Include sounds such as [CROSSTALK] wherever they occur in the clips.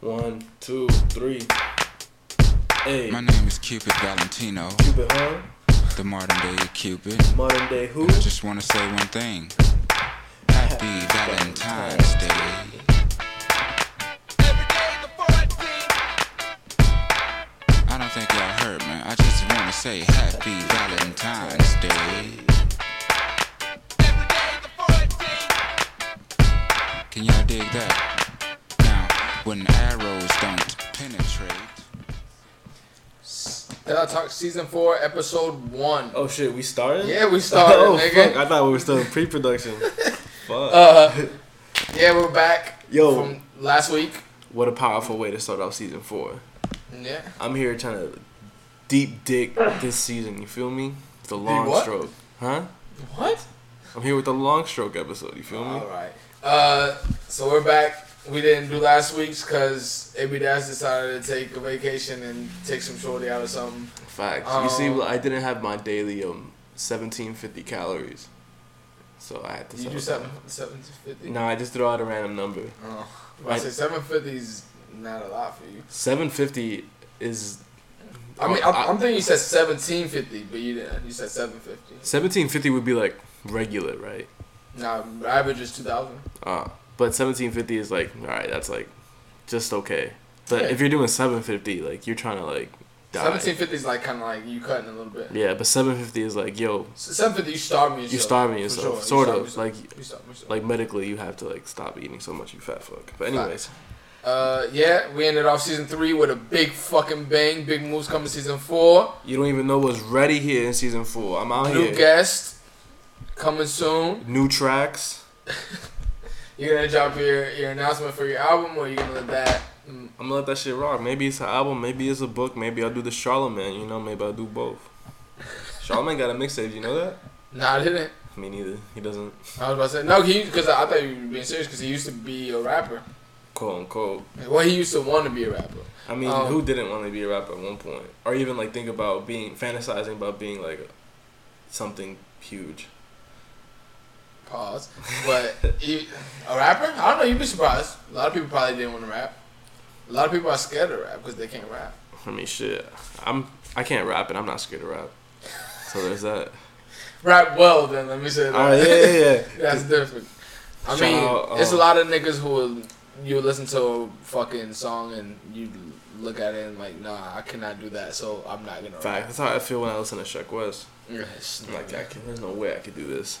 One, two, three. Hey, My name is Cupid Valentino, Cupid, huh? the modern day Cupid. Modern day who? And I just want to say one thing Happy Valentine's Day. I don't think y'all heard me. I just want to say Happy Valentine's Day. Can y'all dig that? Now, when arrows don't penetrate. Pillow Talk Season 4, Episode 1. Oh shit, we started? Yeah, we started, [LAUGHS] oh, nigga. Fuck. I thought we were still in [LAUGHS] pre-production. fuck. Uh, yeah, we're back Yo. from last week. what a powerful way to start off season four. Yeah. I'm here trying to deep dick this season. You feel me? With the long what? stroke, huh? What? I'm here with the long stroke episode. You feel me? All right. Uh, so we're back. We didn't do last week's because AB Dash decided to take a vacation and take some shorty out or something. Facts. you see, Um, well, I didn't have my daily um 1750 calories, so I had to. Did you do settle seven down. seven fifty? No, I just threw out a random number. Oh, I say seven fifty is not a lot for you. 750 is I mean, I'm, I'm thinking you said seventeen fifty, but you didn't. You said seven fifty. 1750 would be like regular, right? Nah, average is two thousand. Uh, but 1750 is like, all right, that's like just okay. But Yeah. if you're doing 750, like you're trying to like die. Seventeen fifty is like kind of like you cutting a little bit. Yeah, but 750 is like, yo, Seven fifty, you starving yourself. you're starving for yourself, sure. You sort starving of. yourself. Like, You starving yourself. like medically, you have to like stop eating so much, you fat fuck. But anyways, Uh, yeah, we ended off season three with a big fucking bang. Big moves coming season four. you don't even know what's ready here in season four. I'm out New here. guest coming soon. New tracks. You're gonna drop your, your announcement for your album, or you gonna let that? mm, I'm gonna let that shit rock. Maybe it's an album, maybe it's a book, maybe I'll do the Charlemagne. You know, maybe I'll do both. [LAUGHS] Charlemagne got a mixtape. You know that? Nah, I didn't. Me neither. He doesn't. I was about to say no, he because I, I thought you were being serious because he used to be a rapper. Quote unquote. Well, he used to want to be a rapper. I mean, Um, who didn't want to be a rapper at one point, or even like think about being fantasizing about being like something huge? Pause. But he, a rapper? I don't know. You'd be surprised. A lot of people probably didn't want to rap. A lot of people are scared to rap because they can't rap. I mean, shit. I'm I can't rap, and I'm not scared to rap. So there's [LAUGHS] that. Rap well, then let me say that. All right, yeah, yeah, yeah. That's different. I Shout mean, out, it's a um, lot of niggas who will, you listen to a fucking song and you look at it and like, nah, I cannot do that, so I'm not gonna. Fact. That's how I feel when I listen to Chuck West. Rap. Yes, I'm like, I nigga. can, there's no way I could do [LAUGHS] this.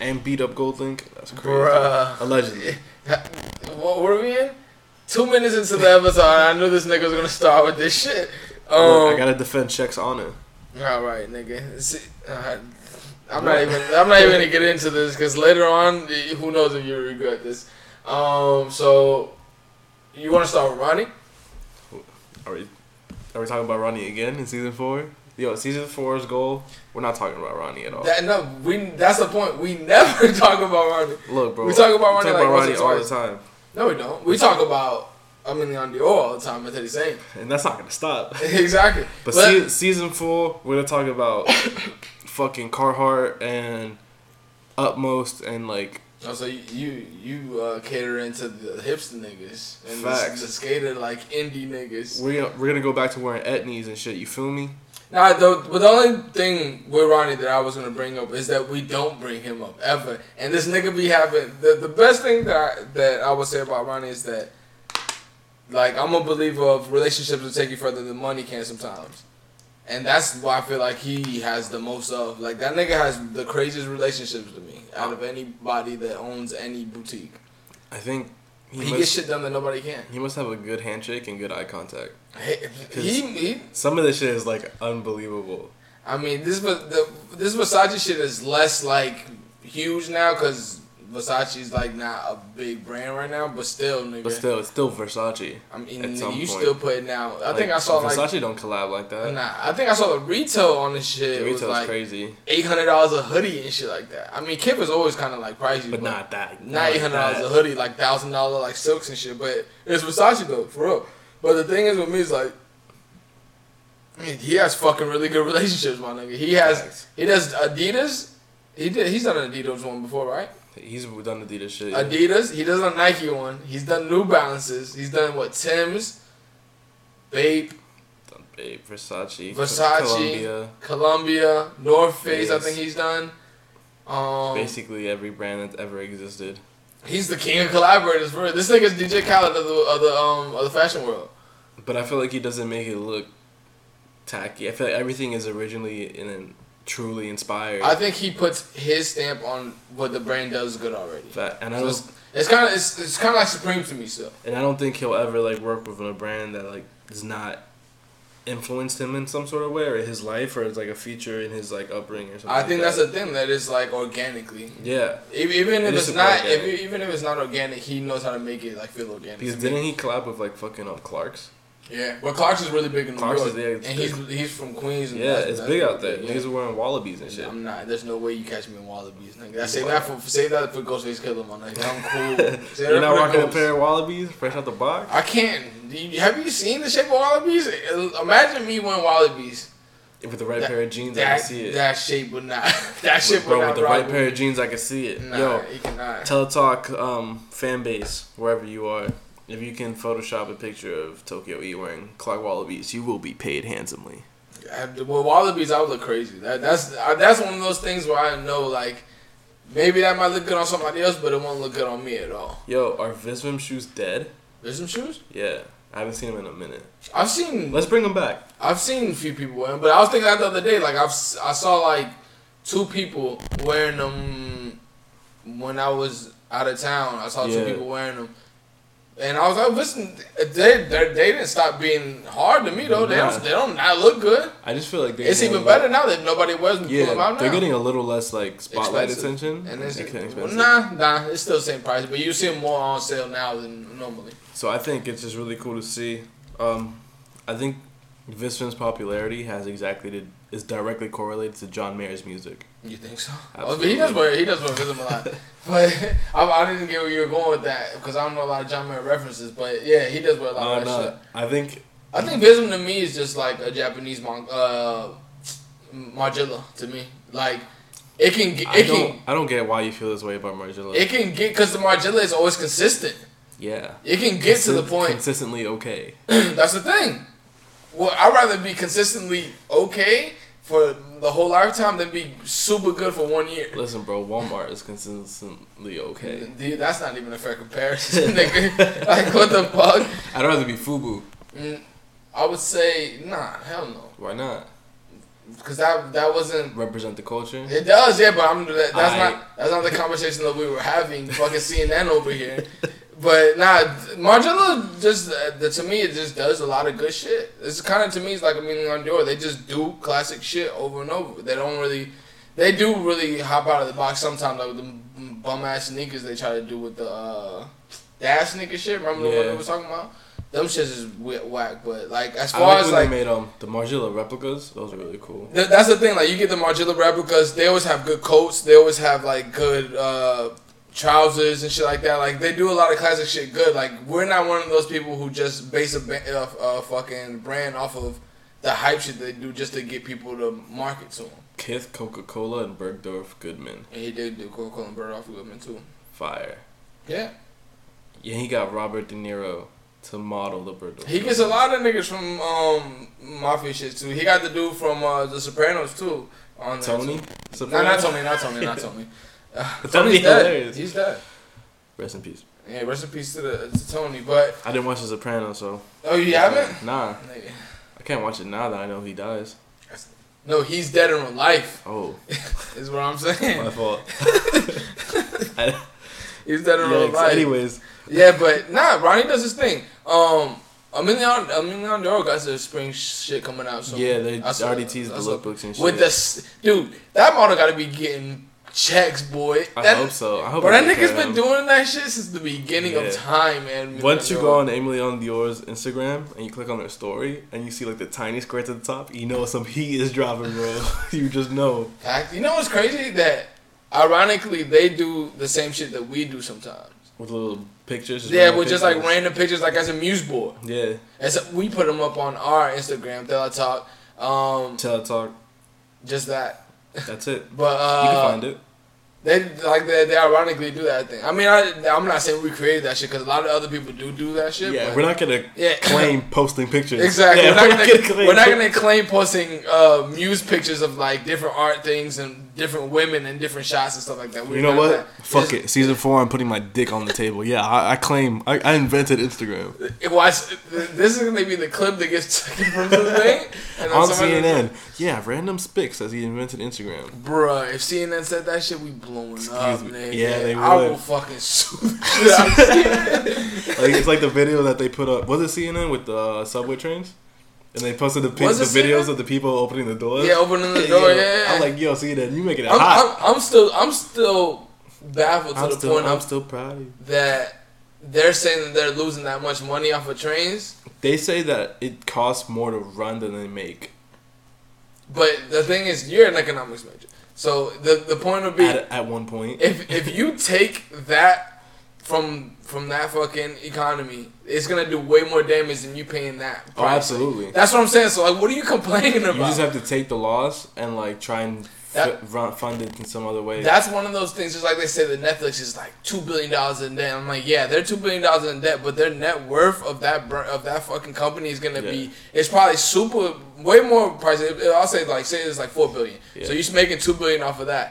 And beat up Goldlink. That's crazy. Bruh. Allegedly. What were we in? Two minutes into the episode, I knew this nigga was gonna start with this shit. [LAUGHS] Um, Look, I gotta defend Chuck's honor. all right, nigga. See, all right. I'm not even. I'm not even gonna get into this because later on, eh, who knows if you regret this. Um, so you want to start with Ronnie? Are we, are we talking about Ronnie again in season four? Yo, season four's goal. We're not talking about Ronnie at all. That, no, we. That's the point. We never [LAUGHS] talk about Ronnie. Look, bro. We talk about Ronnie like once or all the twice. time, No, we don't. We talk about Emilion Dior all the time until he's saying [LAUGHS] and that's not gonna stop. exactly. But Let- se- season four, we're gonna talk about [COUGHS] fucking Carhartt and Upmost and like oh, so you you, you uh, cater into the hipster niggas and Facts. The, the skater like indie niggas. we're gonna, we're gonna go back to wearing etnies and shit. You feel me? Nah, the, but the only thing with Ronnie that I was gonna bring up is that we don't bring him up ever. And this nigga be having the, the best thing that I, that I would say about Ronnie is that, like, I'm a believer of relationships will take you further than money can sometimes, and that's why I feel like he has the most of. Like that nigga has the craziest relationships to me out of anybody that owns any boutique. I think he, He, gets must shit done that nobody can. he must have a good handshake and good eye contact. He, he Some of this shit is like unbelievable. I mean, this but the this Versace shit is less like huge now because Versace's like not a big brand right now, but still, nigga. But still, it's still Versace. I mean, at nigga, some you point. still putting out. I think Like, I saw Versace like don't collab like that. nah. I think I saw the retail on this shit. Retail's was like crazy, eight hundred dollars a hoodie and shit like that. I mean, Kip is always kind of like pricey, but not that. not eight hundred dollars a hoodie, like thousand dollar like silks and shit. But it's Versace though, for real. But the thing is with me is like, I mean, he has fucking really good relationships, my nigga. He has Facts. he does Adidas. He did he's done an Adidas one before, right? He's done Adidas shit. yeah. Adidas. He does a Nike one. He's done New Balances. He's done what Tim's, Bape, Done Babe, Versace. Versace. Columbia. Columbia, North Face. I Yes. think he's done. Um, Basically every brand that's ever existed. he's the king of collaborators. For real. this nigga's DJ Khaled of the of the um of the fashion world. But I feel like he doesn't make it look tacky. I feel like everything is originally and then truly inspired. I think he puts his stamp on what the brand does good already. Fa- and I So don't it's it's kind of it's, it's kind of like Supreme to me still. and I don't think he'll ever like work with a brand that like does not influenced him in some sort of way or his life or is like a feature in his like upbringing or something. I think like that's the thing that is like organically. that. yeah. Even, even if It is it's not, organic. if, even if it's not organic, he knows how to make it like feel organic. Because to me. didn't he collab with like fucking um, Clark's? Yeah, but Clark's is really big in New Clark's York, is there, it's and big. he's he's from Queens. And Yeah, that's- it's that's big out there. yeah. Niggas are wearing wallabies and shit. I'm not. There's no way you catch me in Wallabies, nigga. I save that for save that for Ghostface Killer, my nigga. [LAUGHS] I'm cool. Save that You're not for the rocking a Ghost. pair of wallabies fresh out the box. I can't. Do you- Have you seen the shape of Wallabies? Imagine me wearing Wallabies. With the right That- pair of jeans, I That can see it. that shape would not. [LAUGHS] That shit would Bro, not. with the rock right with pair me. of jeans, I can see it. Nah, Yo, you cannot. Teletalk um, fan base, wherever you are, if you can Photoshop a picture of Tokyo E wearing Clark Wallabies, you will be paid handsomely. After, well, Wallabies, I would look crazy. That, that's I, that's one of those things where I know like maybe that might look good on somebody else, but it won't look good on me at all. Yo, are Visvim shoes dead? There's some shoes Yeah, I haven't seen them in a minute. I've seen. Let's bring them back. I've seen a few people wear them, but I was thinking that the other day. Like I've s- I saw like two people wearing them when I was out of town. I saw Yeah. two people wearing them. And I was like, listen, they they, they didn't stop being hard to me though. They Nah. don't they don't not look good. I just feel like they're It's getting even a lot- better now that nobody wears them. Yeah, Pull them out now. they're getting a little less like spotlight Expensive. attention And it's getting expensive. nah, nah, it's still the same price, but you see them more on sale now than normally. So I think it's just really cool to see. Um, I think Visvin's popularity has exactly to, is directly correlated to John Mayer's music. You think so? Absolutely. Oh, but he does wear he does wear Vism a [LAUGHS] lot, but [LAUGHS] I, I didn't get where you were going with that because I don't know a lot of John Mayer references, but yeah, he does wear a lot No, of Oh, that shit. no, I think I think Vism to me is just like a Japanese mon- uh, Margilla to me. Like it can get, I it can don't I don't get why you feel this way about Margilla. it can get because the Margilla is always consistent. yeah, It can get to the Consi- point. Consistently okay. [CLEARS THROAT] That's the thing. Well, I'd rather be consistently okay for the whole lifetime than be super good for one year. Listen, bro, Walmart is consistently okay. Dude, that's not even a fair comparison, [LAUGHS] nigga. like, what the fuck? I'd rather be Fubu. Mm, I would say, nah, hell no. Why not Because that, that wasn't. represent the culture? It does, yeah, but I'm that, that's I- not that's not the conversation that we were having. Fucking CNN over here, but nah, Margella just uh, the, to me it just does a lot of good shit. It's kind of to me it's like a meeting on door. They just do classic shit over and over. They don't really, they do really hop out of the box sometimes. Like with the bum ass sneakers they try to do with the uh, dash sneaker shit. Remember the one Yeah. that we were talking about? Them shits is wh- whack. But like as I far like as when like they made um the Margilla replicas. Those are really cool. Th- that's the thing. Like you get the Margilla replicas, they always have good coats. They always have like good uh, trousers and shit like that. Like they do a lot of classic shit good. Like we're not one of those people who just base a, ba- uh, a fucking brand off of the hype shit they do just to get people to market to them. Kith, Coca Cola, and Bergdorf Goodman. And he did do Coca Cola and Bird off Goodman too. Fire. Yeah, Yeah, he got Robert De Niro to model the Bergdorf. he gets a lot of niggas from um, mafia shit too. He got the dude from uh, The Sopranos too. On there, Tony. too. No, Soprano? not Tony. Not Tony. Not Tony. [LAUGHS] Uh, That'd be Tony's dead. hilarious. He's dead. Rest in peace. Yeah, rest in peace to, the, to Tony. But I didn't watch The Sopranos, so oh, you haven't? nah, I can't watch it now that I know he dies. No, he's dead in real life. [LAUGHS] Oh, Is what I'm my saying. [LAUGHS] fault. [LAUGHS] He's dead in real Yikes. life. Anyways, Yeah, but nah, Ronnie does his thing. Um, Emiliano Emiliano Doro got some spring shit coming out. So yeah, they I saw- already teased I the saw- lookbooks and shit. With the s- dude, that model got to be getting checks, boy. I That- hope so. I hope. Bro, that they nigga's carry been him. doing that shit since the beginning Yeah. of time, man. Once Emiliano you Doro. go on Emily on Dior's Instagram and you click on their story and you see like the tiny square to the top, you know some [LAUGHS] heat is dropping, bro. [LAUGHS] you just know. Fact. You know what's crazy? That ironically, they do the same shit that we do sometimes. With little pictures. yeah, random with just like pictures. random pictures, like as a muse board. Yeah, And so we put them up on our Instagram, Teletalk. Um, teletalk. just that. That's it. But uh, You can find it. They like they, they ironically do that thing. I mean, I, I'm not saying we created that shit because a lot of other people do do that shit. Yeah, but- we're not gonna Yeah. claim posting pictures. [LAUGHS] Exactly. Yeah, we're, not gonna, claim we're not pic- gonna claim posting uh, muse pictures of like different art things and different women and different shots and stuff like that. We're You know not what? that. Fuck It's- it. Season four. I'm putting my dick on the table. Yeah, I, I claim. I, I invented Instagram it was, this is gonna be the clip that gets taken from the [LAUGHS] thing. And then on somebody- CNN. Yeah, random spick says he invented Instagram. Bruh, if CNN said that shit, we blowing up, me. nigga. Yeah, they I will would. [LAUGHS] fucking sue the shit out of CNN. Like it's like the video that they put up. Was it CNN with the uh, subway trains? And they posted the, pic- Was the it videos CNN? of the people opening the doors. Yeah, [LAUGHS] opening the door, yeah. I'm like, yo, CNN, you making it I'm, hot. I'm, I'm still, I'm still baffled to I'm, the still, point I'm of still proud of you. that they're saying that they're losing that much money off of trains. They say that it costs more to run than they make. But the thing is, you're an economics major, so the the point would be At, at one point, if if you take that from from that fucking economy, it's gonna do way more damage than you paying that. Oh, absolutely. That's what I'm saying. So like, what are you complaining you about? just have to take the loss and like try and That- fi- run, fund it in some other way. that's one of those things. Just like they say that Netflix is like two billion dollars in debt. I'm like, yeah, they're two billion dollars in debt, but their net worth of that br- of that fucking company is gonna Yeah. be it's probably super way more price. I'll say like say it's like four billion. Yeah. So you're making two billion off of that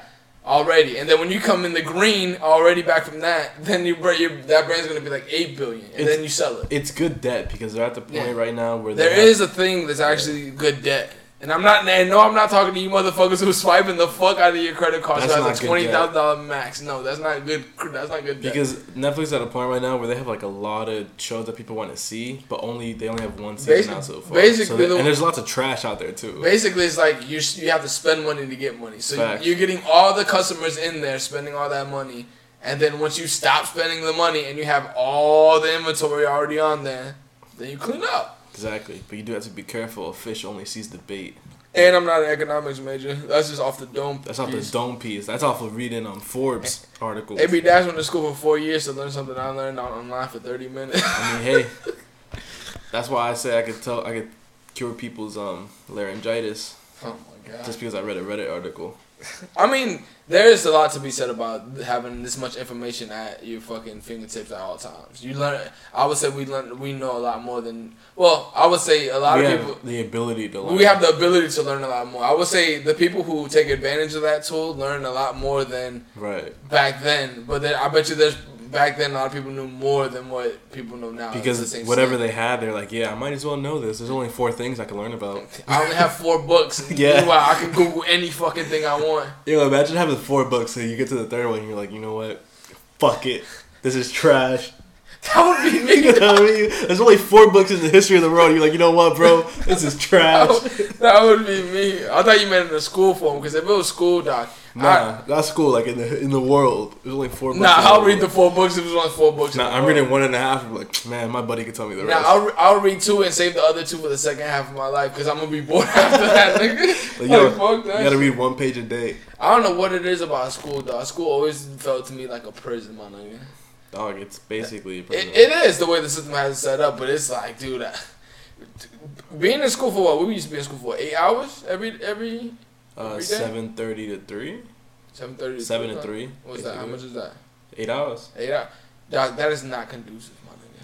already, and then when you come in the green already back from that, then you br- your, that brand's gonna be like eight billion, and It's- then you sell it. it's good debt because they're at the point Yeah. right now where There they have- is a thing that's actually good debt. And I'm not, and no, I'm not talking to you motherfuckers who swiping the fuck out of your credit card. That's so not that's a good twenty thousand dollar max. No, that's not good. That's not good. Debt. because Netflix is at a point right now where they have like a lot of shows that people want to see, but only they only have one season Basic- out so far. basically So they- the- and there's lots of trash out there too. basically it's like you s- you have to spend money to get money. So Facts. you're getting all the customers in there spending all that money, and then once you stop spending the money and you have all the inventory already on there, then you clean up. Exactly, but you do have to be careful. A fish only sees the bait. And I'm not an economics major. That's just off the dome. That's off the piece. dome piece. That's off of reading on Forbes [LAUGHS] articles. AB Dash went to school for four years to learn something I learned on online for thirty minutes. [LAUGHS] I mean, hey, that's why I say I could tell I could cure people's um laryngitis oh my god. just because I read a Reddit article. I mean, there is a lot to be said about having this much information at your fucking fingertips at all times. You learn. I would say we learn. We know a lot more than. Well, I would say a lot We of have people. the ability to. We have the ability to learn a lot more. I would say the people who take advantage of that tool learn a lot more than right back then. But then, I bet you there's back then a lot of people knew more than what people know now. It's the because same whatever shit. they had, they're like, yeah, I might as well know this. There's only four things I can learn about. I only have four books. [LAUGHS] Yeah. yeah. Meanwhile, I can Google any fucking thing I want. [LAUGHS] Yo, imagine having four books and you get to the third one and you're like, you know what? Fuck it. This is trash. [LAUGHS] That would be me. You [LAUGHS] know what I mean? There's only four books in the history of the world. You're like, you know what, bro? This is trash. [LAUGHS] that would be me. I thought you meant in the school form because if it was school doc, I, Nah, that's cool. Like in the in the world, there's only four. books nah, in the I'll world. read the four books if it was only four books. in Nah, the I'm world. reading one and a half. I'm like, man, my buddy could tell me the Nah, rest. I'll, re- I'll read two and save the other two for the second half of my life because I'm gonna be bored [LAUGHS] after that, Like, nigga. Like, yo, fuck you that. gotta shit. read one page a day. I don't know what it is about school, dog. School always felt to me like a prison, my nigga. Dog, it's basically. a prison. It, it is the way the system has it set up, but it's like, dude, I, being in school for what? We used to be in school for eight hours every every uh, every day? seven thirty to three, seven thirty. seven to three. What's that? How much is that? Eight hours. Eight hours. That, that is not conducive, my nigga.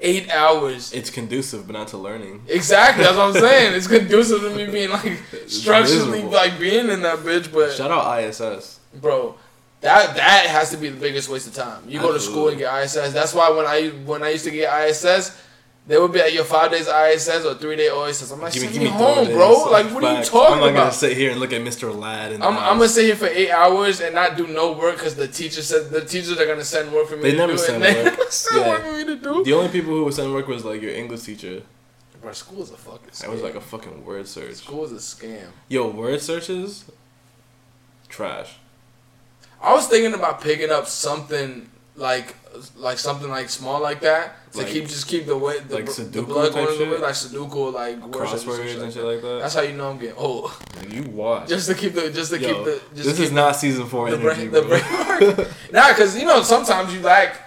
Eight hours. It's conducive, but not to learning. Exactly. That's what I'm saying. It's conducive to me being like structurally miserable. like being in that bitch, but Shout out ISS. bro, that that has to be the biggest waste of time. You go to school and get ISS. That's why when I when I used to get ISS. They would be at your five days ISS or three day OSS. I'm like, send me home, Thorndays. bro. Like, what are you Facts. talking I'm not gonna about? sit here and look at Mr. Ladd and I'm, I'm gonna sit here for eight hours and not do no work because the teacher said the teachers are gonna send work for me. They to never do, and send [LAUGHS] they work. never send Yeah. work for me to do. The only people who would send work was like your English teacher. Bro, school is a fucking. Scam. That was like a fucking word search. school is a scam. Yo, word searches, trash. I was thinking about picking up something like like something like small like that to Like- keep just keep the way the, like bl- the Sudoku blood type going the shit? way like Sudoku like word searches and shit Crosswords and like shit like that. that. That's how you know I'm getting old. [LAUGHS] Like, you watch. Just to keep the just to Yo, keep the just this keep is not season four the energy. brain the bro. brain [LAUGHS] [LAUGHS] work. nah, because you know sometimes you lack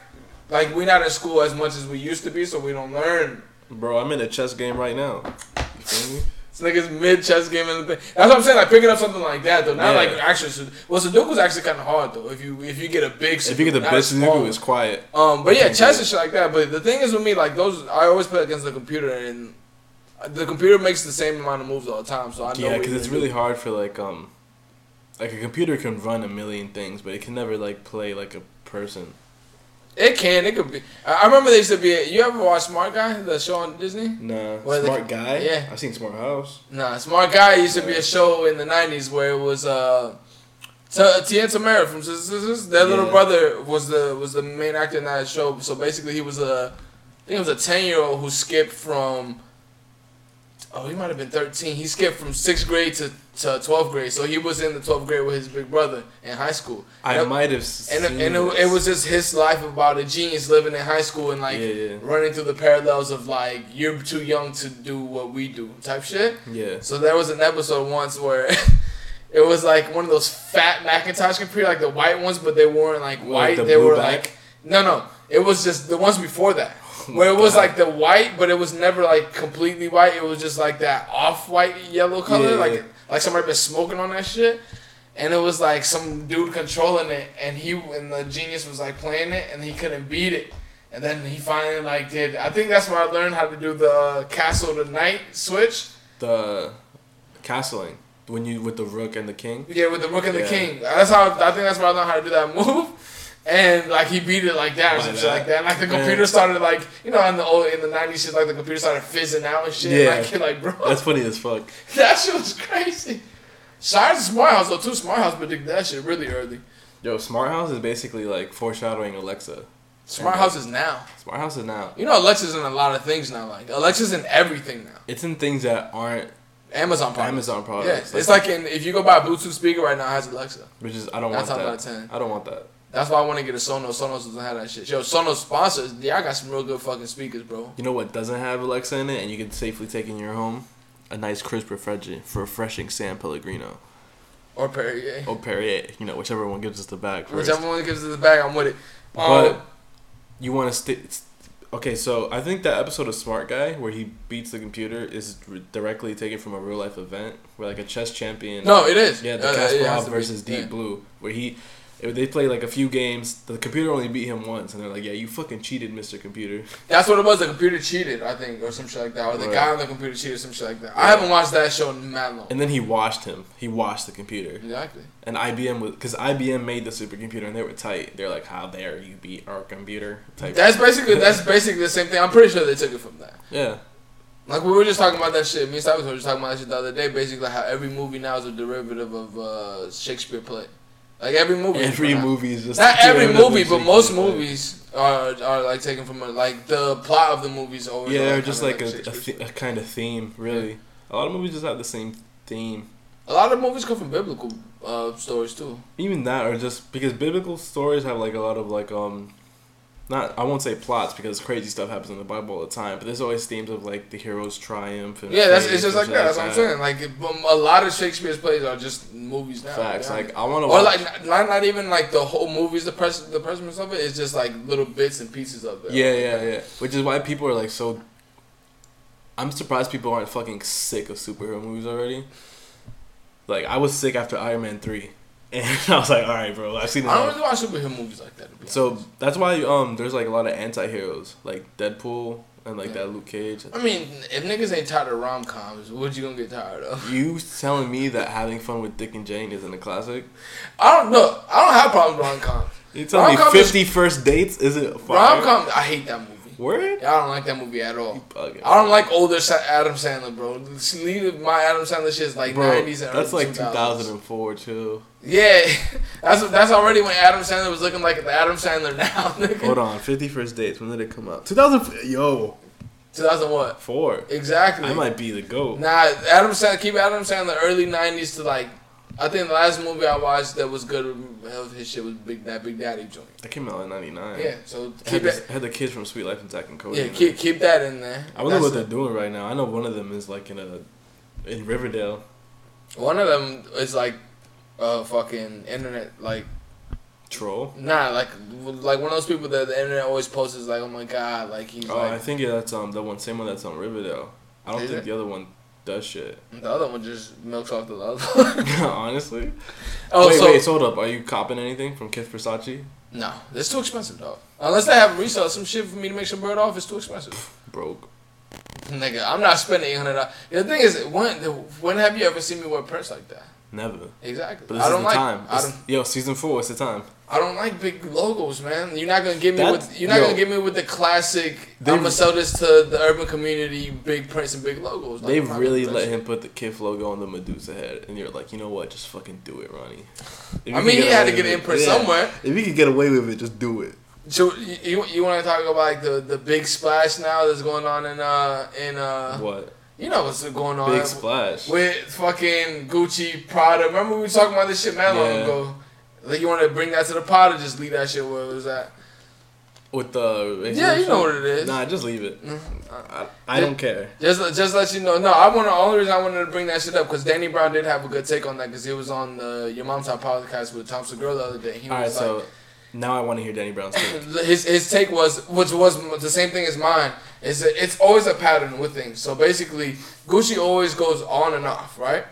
like we're not in school as much as we used to be, so we don't learn. [LAUGHS] Bro, I'm in a chess game right now. You feel me? This nigga's mid chess game and the thing. That's what I'm saying. Like picking up something like that though, not Yeah. like actually. Sud- Well, Sudoku's actually kind of hard though. If you if you get a big, If you get the not a best small Sudoku, one. it's quiet. Um, but yeah, think chess it- and shit like that. But the thing is with me, like those, I always play against the computer, and the computer makes the same amount of moves all the time. So I know. Yeah, what because you're it's gonna really do. hard for like um, like a computer can run a million things, but it can never like play like a person. It can. It could be. I I remember there used to be. A, you ever watch Smart Guy, the show on Disney? Nah, Well, they- smart guy. yeah. I've seen smart house. Nah, Smart Guy used to be a show in the '90s where it was uh, T- Tia Tamara from Sisters. Their little Yeah. brother was the was the main actor in that show. So basically, he was a, I think it was a ten year old who skipped from. Oh, he might have been thirteen. He skipped from sixth grade to to twelfth grade. So he was in the twelfth grade with his big brother in high school. I Yep. might have seen. and and it, it this. was just his life about a genius living in high school and like Yeah, yeah. running through the parallels of like you're too young to do what we do type shit. yeah. So there was an episode once where [LAUGHS] it was like one of those fat Macintosh computer, like the white ones, but they weren't like Like white. the they blue were back? Oh like no, no. It was just the ones before that, where it was God. like the white, but it was never like completely white. It was just like that off-white yellow color, Yeah. like like somebody been smoking on that shit. And it was like some dude controlling it, and he and the genius was like playing it, and he couldn't beat it. And then he finally like did. I think that's where I learned how to do the uh, castle to knight switch. the castling when you with the rook and the king. Yeah, with the Rook and the Yeah. King. That's how I think that's why I learned how to do that move. And like he beat it like that or Like some shit that. like that. Like the Man. computer started like you know in the old in the nineties shit like the computer started fizzing out and shit. Yeah. Like [LAUGHS] you're like bro, That's funny as fuck. that shit was crazy. Shout out to Smart House though too. Smart House predicted that shit really early. Yo, smart house is basically like foreshadowing Alexa. Smart House is now. Smart house is now. You know Alexa's in a lot of things now. Like Alexa's in everything now. It's in things that aren't Amazon products. Amazon Yeah, products. it's like in if you go buy a Bluetooth speaker right now, it has Alexa. which is I don't Nine want times out that. of ten. I don't want that. That's why I want to get a Sonos. Sonos doesn't have that shit. Yo, Sonos sponsors. Yeah, I got some real good fucking speakers, bro. You know what doesn't have Alexa in it, and you can safely take in your home. A nice crisp, refreshing, refreshing San Pellegrino Or Perrier. or Perrier, you know, whichever one gives us the bag first. Whichever one gives it the bag, I'm with it. But um, you want to stick. Okay, so I think that episode of Smart Guy where he beats the computer is r- directly taken from a real life event where like a chess champion. no, it is. Yeah, the Uh, it has Kasparov to be. versus Deep Yeah. Blue where he. They play like a few games. The computer only beat him once, and they're like, "Yeah, you fucking cheated, Mister Computer." That's what it was. The computer cheated, I think, or some shit like that. Or the Right. guy on the computer cheated, some shit like that. I Yeah. haven't watched that show in mad long. And then he washed him. He washed the computer. Exactly. And IBM was because IBM made the supercomputer, and they were tight. They're like, "How dare you beat our computer?" Type. That's basically that's basically the same thing. I'm pretty sure they took it from that. yeah. Like we were just talking about that shit. Me and Cyrus were just talking about that shit the other day. Basically, how every movie now is a derivative of uh, Shakespeare play. Like every movie. Every movie is just Not every movie, but most Yeah. movies are are like taken from a, like the plot of the movies. Always Yeah, are, they're like, just kinda like a, a, Shakespeare's. th- a kind of theme, really. A lot of movies just have the same theme. a lot of movies come from biblical uh, stories too. Even that, or just because biblical stories have like a lot of like um, not I won't say plots because crazy stuff happens in the Bible all the time. But there's always themes of like the hero's triumph. And Yeah, that's faith it's just like and that. That's shit what I'm saying. Like it- um, a lot of Shakespeare's plays are just movies now. Facts. yeah. Like I want to Or watch. like not, not- not even like the whole movies, the pres the presence of it. It's just like little bits and pieces of it. yeah, yeah, yeah. Which is why people are like so. I'm surprised people aren't fucking sick of superhero movies already. Like I was sick after Iron Man three, [LAUGHS] and I was like, all right, bro, I've seen. it I all." don't really watch superhero movies like that. to be So honest. that's why um there's like a lot of anti heroes like Deadpool and like Yeah. that Luke Cage. I mean, if niggas ain't tired of rom coms, what you gonna get tired of? You telling me that having fun with Dick and Jane isn't a classic? I don't know. I don't have problems with rom coms. You telling me Rom-com is- Fifty First Dates isn't fire? Rom com, I hate that movie. Word? Yeah, I don't like that movie at all. Okay. I don't like older Sa- Adam Sandler, bro. Just Leave my Adam Sandler shit is like Bro, nineties and that's early like 2000s. 2004 too. Yeah, [LAUGHS] that's that's already when Adam Sandler was looking like the Adam Sandler now. [LAUGHS] Hold on, Fifty First Dates. When did it come out? 2000. Yo, Two thousand what? four. Exactly. I might be the goat. Nah, Adam Sandler. Keep Adam Sandler early nineties to like. I think the last movie I watched that was good of his shit was Big that Big Daddy joint. That came out in '99. Yeah, so Had, keep this, that. had the kids from Sweet Life and Zack and Cody. Yeah, in keep it. keep that in there. I wonder what they're That's- doing right now. I know one of them is like in a in Riverdale. One of them is like, uh, fucking internet like. Troll. Nah, like like one of those people that the internet always posts is like, oh my god, like he's Oh, I like, think yeah, that's um the one same one that's on Riverdale. I don't Is think it? the other one does shit. [LAUGHS] The other one just milks off the other one. Honestly. oh, wait, so wait, so hold up. Are you copping anything from Kith Versace? no, it's too expensive, dog. Unless they have resell some shit for me to make some bird off, it's too expensive. Broke. Nigga, I'm not spending eight hundred dollars. The thing is, when when have you ever seen me wear prints like that? Never. Exactly. But this I is don't the like. time. I This- don't. yo, season four, it's the time. I don't like big logos, man. You're not gonna give me That- with you're not yo. gonna give me with the classic. They- I'm gonna sell this to the urban community, big prints and big logos. Like, They I'm not really gonna let touch him put the Kith logo on the Medusa head, and you're like, you know what? Just fucking do it, Ronnie. [LAUGHS] If you I can mean, he get had away to with get an it- imprint yeah. somewhere. If he could get away with it, just do it. it. So you, you, want to talk about like the, the big splash now that's going on in uh in uh What? you know what's going on Big splash. with fucking Gucci Prada. Remember we were talking about this shit not long Yeah. ago. Like you want to bring that to the pot or just leave that shit where it was at? With the racism Yeah, you know what shit? it is. Mm-hmm. Nah, just leave it. I, I It- don't care. Just, just let you know. No, I want to. Only reason I wanted to bring that shit up because Danny Brown did have a good take on that because he was on the Your Mom's Hot podcast with Tom Segura the other day. He All right, was so now I want to hear Danny [LAUGHS] Brown's take. like, his his take was, which was the same thing as mine. Is that it's always a pattern with things. So basically, Gucci always goes on and off, right?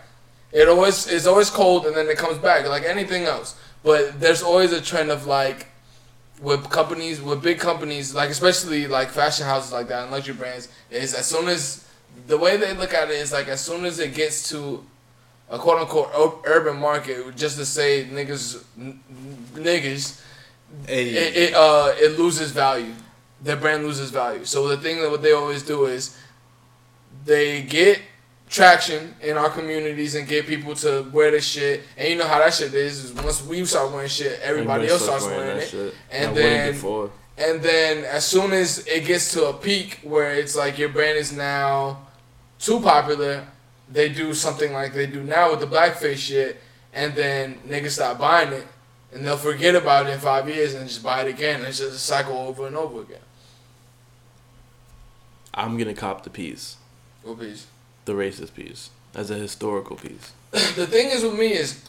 It always it's always cold and then it comes back like anything else. But there's always a trend of like with companies with big companies like especially like fashion houses like that and luxury brands is as soon as the way they look at it is like as soon as it gets to a quote unquote ur- urban market just to say niggas n- n- niggas Hey. it, it uh it loses value their brand loses value so the thing that what they always do is they get traction in our communities and get people to wear this shit and you know how that shit is, is once we start wearing shit everybody, else starts wearing, it and I wouldn't then- before. and then as soon as it gets to a peak where it's like your brand is now too popular, they do something like they do now with the blackface shit, and then niggas stop buying it, and they'll forget about it in five years and just buy it again. It's just a cycle over and over again. I'm gonna cop the piece, What piece? the racist piece, as a historical piece. [CLEARS THROAT] the thing is with me is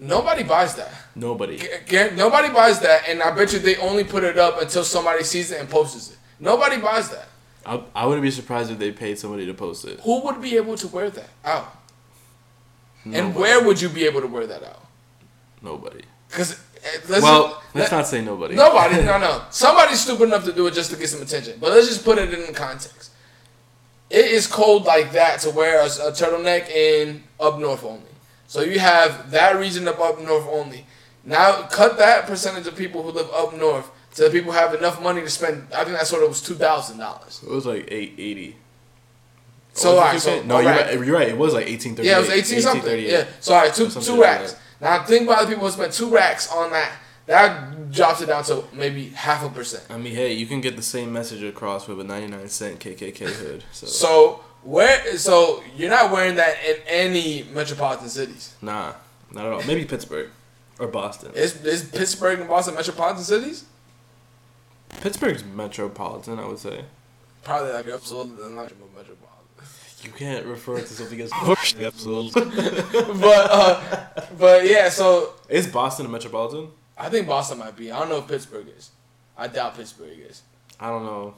nobody buys that. Nobody. Gu- gu- Nobody buys that, and I bet you they only put it up until somebody sees it and posts it. Nobody buys that. I, I wouldn't be surprised if they paid somebody to post it. Who would be able to wear that out? And Nobody. where would you be able to wear that out? Nobody. Because let's well, let's let- not say nobody. nobody. No, no. Somebody's stupid enough to do it just to get some attention. But let's just put it in context. It is cold like that to wear a, a turtleneck in up north only. So you have that region up up north only. Now cut that percentage of people who live up north to the people who have enough money to spend. I think that's what it was two thousand dollars. [LAUGHS] It was like eight eighty. Oh, So all right, so no, all you're right. right. You're right. It was like eighteen thirty. Yeah, it was 18 something. Yeah. So, all right, two, Or something two like racks. that. Now, think about the people who spent two racks on that. That drops it down to maybe half a percent. I mean, hey, you can get the same message across with a ninety-nine cent KKK hood. So, So, where? So, you're not wearing that in any metropolitan cities. nah, not at all. Maybe Pittsburgh or Boston. Is, is Pittsburgh and Boston metropolitan cities? Pittsburgh's metropolitan, I would say. Probably like absolutely not metropolitan. You can't refer to something [LAUGHS] as but, uh, [LAUGHS] but yeah, so Is Boston a metropolitan? I think Boston might be. I don't know if Pittsburgh is. I doubt Pittsburgh is. [LAUGHS] I don't know.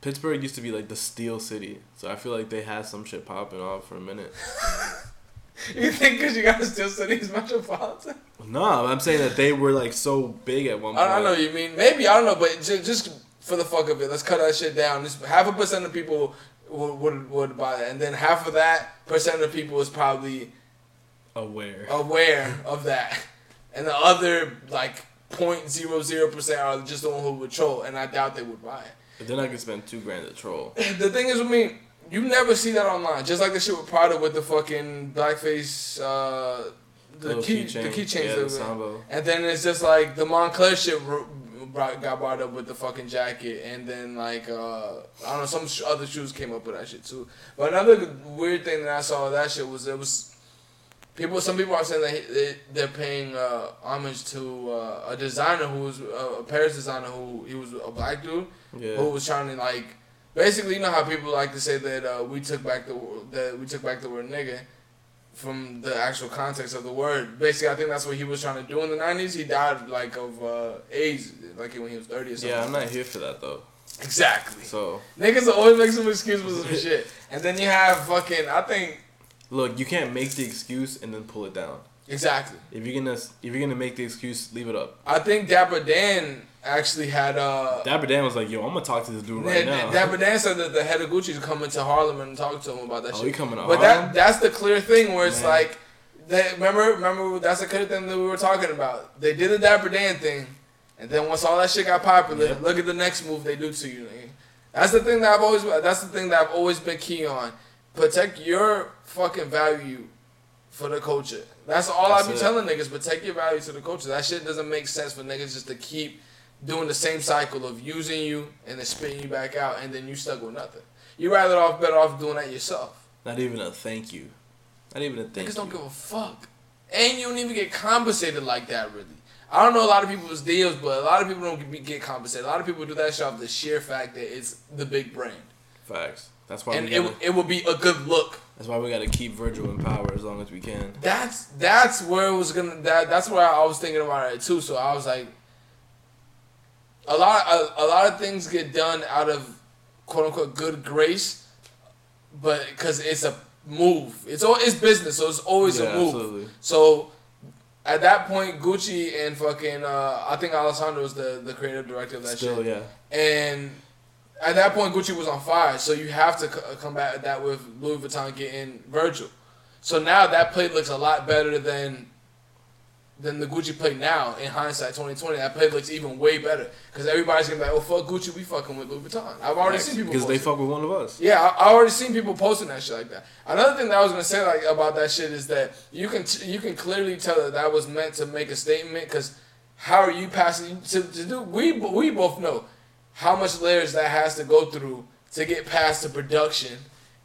Pittsburgh used to be like the steel city, so I feel like they had some shit popping off for a minute. You think because you got to still cities metropolitan? No, I'm saying that they were like so big at one point. I, I know what you mean. Maybe I don't know, but just, just for the fuck of it, let's cut that shit down. Just half a percent of people would, would would buy that, and then half of that percent of people is probably Aware. aware of that, and the other like point zero zero percent are just the one who would troll, and I doubt they would buy it. But then I could spend two grand to troll. The thing is with me. You never see that online. Just like the shit with Prada with the fucking blackface, uh, the Little key, keychain. the keychains. Yeah, that the were- Sambo. and then it's just like the Montclair shit ro- brought, got brought up with the fucking jacket, and then like uh, I don't know, some sh- other shoes came up with that shit too. But another weird thing that I saw with that shit was it was people. Some people are saying that he- they, they're paying uh, homage to uh, a designer who was uh, a Paris designer who he was a black dude Yeah. who was trying to like basically you know how people like to say that uh, we took back the wo- that we took back the word nigga from the actual context of the word. Basically, I think that's what he was trying to do in the nineties. He died like of uh, AIDS, like when he was thirty or something. Yeah, I'm not here for that though. Exactly. So Niggas always make some excuse for some shit. And then you have fucking, I think, look, you can't make the excuse and then pull it down. exactly. If you're gonna if you're gonna make the excuse, leave it up. I think Dapper Dan actually had uh, Dapper Dan was like, "Yo, I'm gonna talk to this dude right Yeah, now." Dapper Dan said that the head of Gucci's coming to Harlem and talk to him about that Oh, shit. he coming to but Harlem? that that's the clear thing where it's Man. like, that, remember, remember that's the clear thing that we were talking about. They did the Dapper Dan thing, and then once all that shit got popular, Yep. look at the next move they do to you. Nigga. That's the thing that I've always that's the thing that I've always been key on. Protect your fucking value for the culture. That's all I That's be it. telling niggas. Protect your value to the culture. That shit doesn't make sense for niggas just to keep doing the same cycle of using you and then spitting you back out, and then you stuck with nothing. You rather off better off doing that yourself. Not even a thank you. Not even a thank Niggas you. don't give a fuck, and you don't even get compensated like that really. I don't know a lot of people's deals, but a lot of people don't get- get compensated. A lot of people do that shit off the sheer fact that it's the big brand, Facts. That's why and we it gotta, w- it will be a good look. that's why we gotta keep Virgil in power as long as we can. that's that's where it was gonna that that's where I was thinking about it too. So I was like, a lot a, a lot of things get done out of quote unquote good grace, but because it's a move, it's all it's business, so it's always Yeah, a move. absolutely. So at that point, Gucci and fucking uh, I think Alessandro was the the creative director of that Still, shit, yeah. and. At that point, Gucci was on fire, so you have to c- combat that with Louis Vuitton getting Virgil. So now that plate looks a lot better than than the Gucci plate now in hindsight 2020. That plate looks even way better because everybody's gonna be like, "Oh fuck Gucci, we fucking with Louis Vuitton." I've already seen people Because they post it. fuck with one of us. Yeah, I, I already seen people posting that shit like that. Another thing that I was gonna say like about that shit is that you can t- you can clearly tell that that was meant to make a statement because how are you passing to, to do? We bo- we both know how much layers that has to go through to get past the production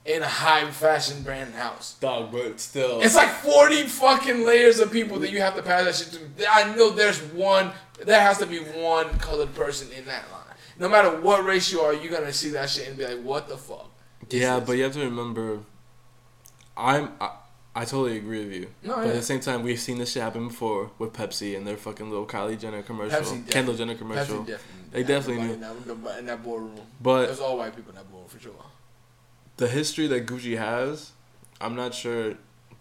in a high fashion brand house. Dog, but still. It's like 40 fucking layers of people that you have to pass that shit through. I know there's one, there has to be one colored person in that line. No matter what race you are, you're gonna see that shit and be like, what the fuck? is yeah, this? but you have to remember, I'm I, I totally agree with you. No, but yeah. at the same time, we've seen this shit happen before with Pepsi and their fucking little Kylie Jenner commercial, Pepsi def- Kendall Jenner Pepsi commercial. definitely. They definitely knew. In that, in that boardroom. but There's all white people in that boardroom for sure. the history that Gucci has, I'm not sure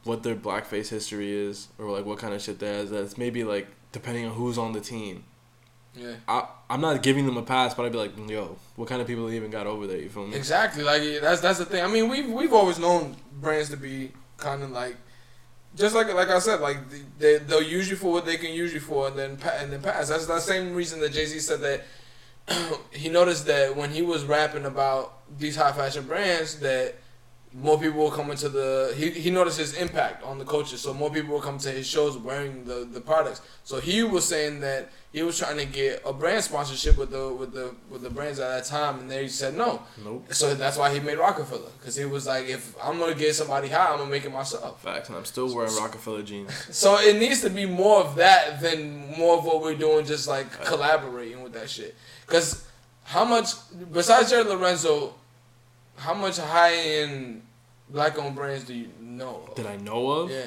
what their blackface history is or like what kind of shit that is. That's maybe like depending on who's on the team. Yeah. I I'm not giving them a pass, but I'd be like, yo, what kind of people they even got over there? You feel me? Exactly. Like yeah, that's that's the thing. I mean, we've we've always known brands to be kind of like, just like like I said, like they they'll use you for what they can use you for, and then pa- and then pass. That's the same reason that Jay Z said that [CLEARS THROAT] he noticed that when he was rapping about these high fashion brands that. More people were coming to the he, he noticed his impact on the culture, so more people were coming to his shows wearing the, the products. So he was saying that he was trying to get a brand sponsorship with the with the with the brands at that time, and they said no. Nope. So that's why he made Rockefeller, because he was like, if I'm gonna get somebody high, I'm gonna make it myself. Facts, and I'm still wearing Rockefeller jeans. So it needs to be more of that than more of what we're doing, just like collaborating with that shit. Because how much, besides Jared Lorenzo, how much high end black owned brands do you know? Of? That I know of. Yeah,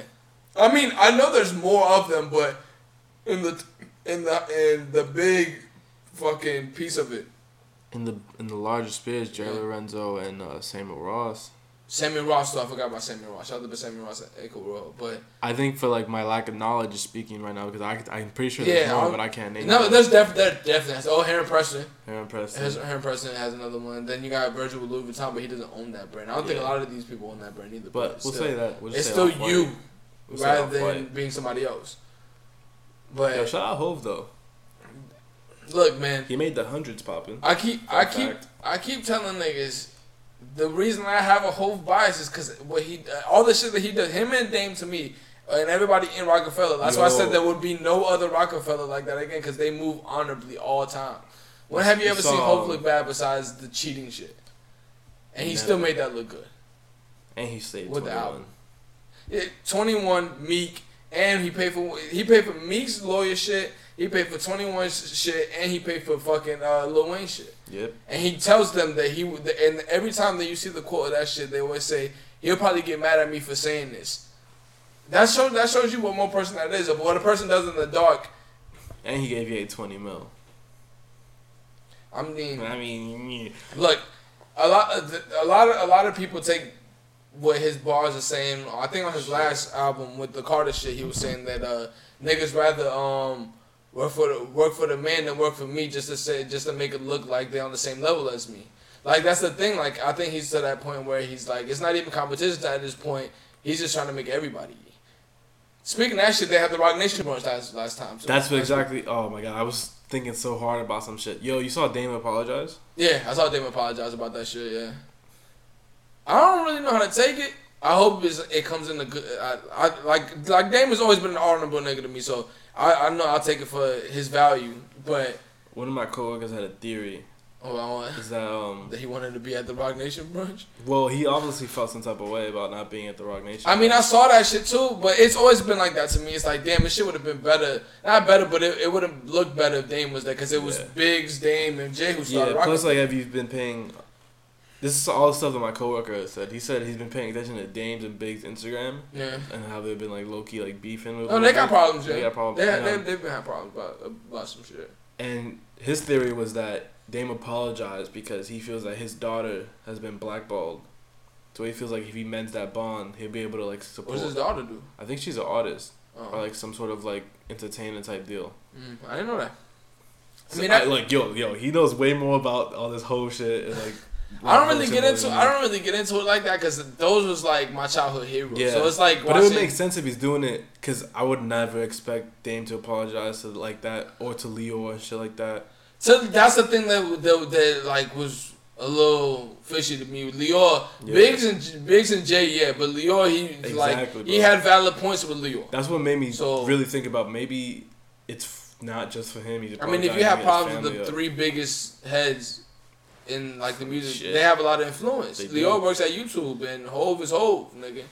I mean, I know there's more of them, but in the in the in the big fucking piece of it, In the in the larger space, Jerry Yeah. Lorenzo and uh, Samuel Ross. Samuel Ross. though I forgot about Samuel Ross. Shout out to Samuel Ross at Echo World, but. I think for like my lack of knowledge is speaking right now because I could- I'm pretty sure Yeah, there's more, I'll- but I can't name. No, it. there's def- there definitely has. Oh, Heron Preston. Aaron Preston. Has, Heron Preston has another one. Then you got Virgil with Louis Vuitton, but he doesn't own that brand. I don't think a Yeah. lot of these people own that brand either. but we'll still. say that. We'll just it's say still Off-White. you We'll say rather Off-White. than being somebody else. Yo, But shout out Hove though. look, man, He made the hundreds popping. I keep I keep fact. I keep telling niggas the reason I have a whole bias is because what he all the shit that he does him and Dame to me and everybody in Rockefeller. That's why I said Yo. there would be no other Rockefeller like that again because they move honorably all time. When have you You ever seen saw- Hope look bad besides the cheating shit? And he Never. still made that look good. And he stayed With the 21. album. Yeah, 21 Meek and he paid for he paid for Meek's lawyer shit. He paid for 21 shit and he paid for fucking uh, Lil Wayne shit. Yep. And he tells them that he would, and every time that you see the quote of that shit, they always say, he'll probably get mad at me for saying this. That shows, that shows you what more person that is. But what a person does in the dark, And he gave Ye 20 mil. I mean, I mean, look, a lot, of th- a lot of, a lot of people take what his bars are saying. I think on his last album with the Carter shit, he was saying that uh, niggas rather um work for the work for the man than work for me, just to say just to make it look like they're on the same level as me. Like that's the thing. Like I think he's to that point where he's like, it's not even competition at this point. He's just trying to make everybody. eat. Speaking of that shit, they had the Rock Nation brunch last last time. So that's what exactly. Oh my god, I was thinking so hard about some shit. Yo, you saw Dame apologize? Yeah, I saw them apologize about that shit. Yeah, I don't really know how to take it. I hope it's, it comes in the good. I, I like like Dame has always been an honorable nigga to me, so I, I know I'll take it for his value. But One of my coworkers had a theory hold on, [LAUGHS] is that um, that he wanted to be at the Rock Nation brunch. well, he obviously felt some type of way about not being at the Rock Nation. I mean, I saw that shit too, but it's always been like that to me. It's like, damn, this shit would have been better. Not better, but it, it would have looked better if Dame was there because it was Yeah. Biggs, Dame, and Jay who started Yeah, Rock plus like have you been paying this is all stuff that my coworker said. He said he's been paying attention to Dame's and Big's Instagram Yeah. and how they've been like low key like beefing with No, they got whatever. problems, Jay. They got problems. They, and, they, um, they've been having problems about, about some shit. and his theory was that Dame apologized because he feels that his daughter has been blackballed. So he feels like if he mends that bond, he'll be able to like What support. does his daughter do? I think she's an artist Oh. or like some sort of like entertainer type deal. Mm, I didn't know that. I So I mean, I, like yo, yo, he knows way more about all this whole shit and like. I don't really black get culture into than I me. don't really get into it like that because those was like my childhood heroes. Yeah. So it's like But it would watching. make sense if he's doing it, cause I would never expect Dame to apologize to like that or to Leo and shit like that. so that's the thing that, that that like was a little fishy to me. With Lior, Yeah. Biggs and Biggs and Jay, yeah, but Lior he like Exactly, he bro. had valid points with Lior. That's what made me So- really think about maybe it's f- not just for him. He's I mean, if apologizing you to have his problems with family the or- three biggest heads in like the music, Shit. they have a lot of influence. They Leo do. works at YouTube, and Hove is Hove, nigga.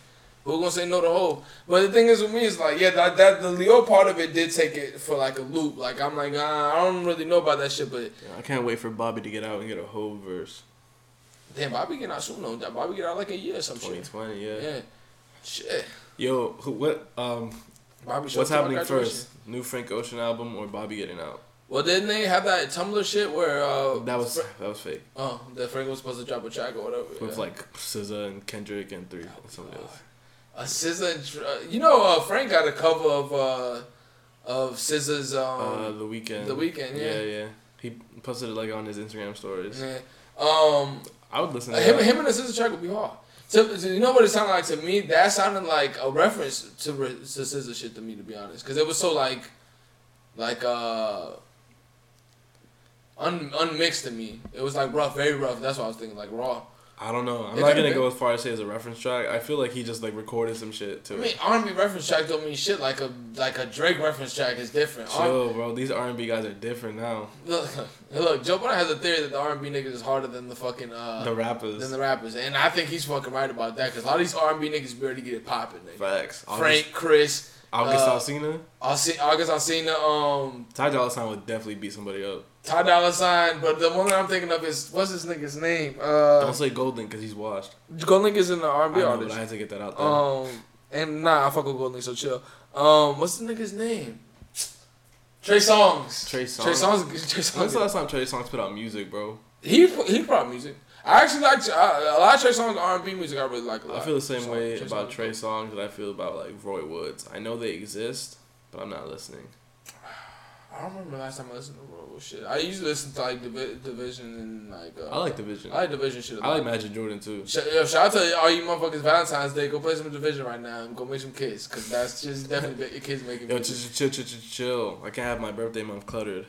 Who gonna say no to Hove? But the thing is with me is like, yeah, that, that the Leo part of it did take it for like a loop. Like I'm like, ah, I don't really know about that shit, but I can't wait for Bobby to get out and get a whole verse. damn, Bobby get out soon though. That Bobby get out like a year or some shit. 2020, yeah. Yeah, shit. Yo, who, what um, Bobby showed what's up to happening my graduation. first? New Frank Ocean album or Bobby getting out? Well, didn't they have that Tumblr shit where uh, That was that was fake oh, that Frank was supposed to drop a track or whatever with yeah. like SZA and Kendrick and three and somebody else. A SZA, and Tr- uh, you know, uh, Frank got a cover of uh, of SZA's um, Uh, the weekend. The Weeknd, yeah. yeah, yeah. He posted it like on his Instagram stories. yeah. um, I would listen to him, that. him and the SZA track would be hard. So, so you know what it sounded like to me? That sounded like a reference to re- to SZA shit to me, to be honest, because it was so like, like uh, un- unmixed to me. It was like rough, very rough. That's what I was thinking, like raw. I don't know. I'm It not could've gonna been. go as far as say as a reference track. I feel like he just like recorded some shit I to mean, it. R and B reference track don't mean shit. Like a like a Drake reference track is different. R- Chill, bro. These R and B guys are different now. Look, look, Joe Budden has a theory that the R and B niggas is harder than the fucking uh, The rappers. than the rappers, and I think he's fucking right about that because a lot of these R and B niggas barely get it popping. Nigga. Facts. Frank, Chris, August uh, Alsina. Alci- August Alsina, um, Ty Dolla Sign would definitely beat somebody up. Ty Dolla Sign, but the one that I'm thinking of is what's this nigga's name? Don't Uh, say Golden because he's washed. Gold Link is in the R I and B know, but I artist. had to get that out there. Um, and nah, I fuck with Gold Link, so chill. Um, what's the nigga's name? Trey Songs. Trey Trey Songz. Songs. [LAUGHS] Trey When's Songs. the last time Trey Songz put out music, bro? He he brought music. I actually like uh, a lot of Trey Songz R and B music. I really like a lot. I feel the same Song- way Trey about Songz. Trey Songz that I feel about like Roy Woods. I know they exist, but I'm not listening. I don't remember the last time I listened to Royal shit. I used to listen to like Divi- Division and like. Uh, I like Division. I like Division shit. a I lot. like Magic Jordan too. Sh- yo, shout out to all you motherfuckers Valentine's Day. Go play some Division right now and go make some kids, cause that's just definitely the kids making. Yo, music. chill, chill, chill, chill, chill. I can't have my birthday month cluttered.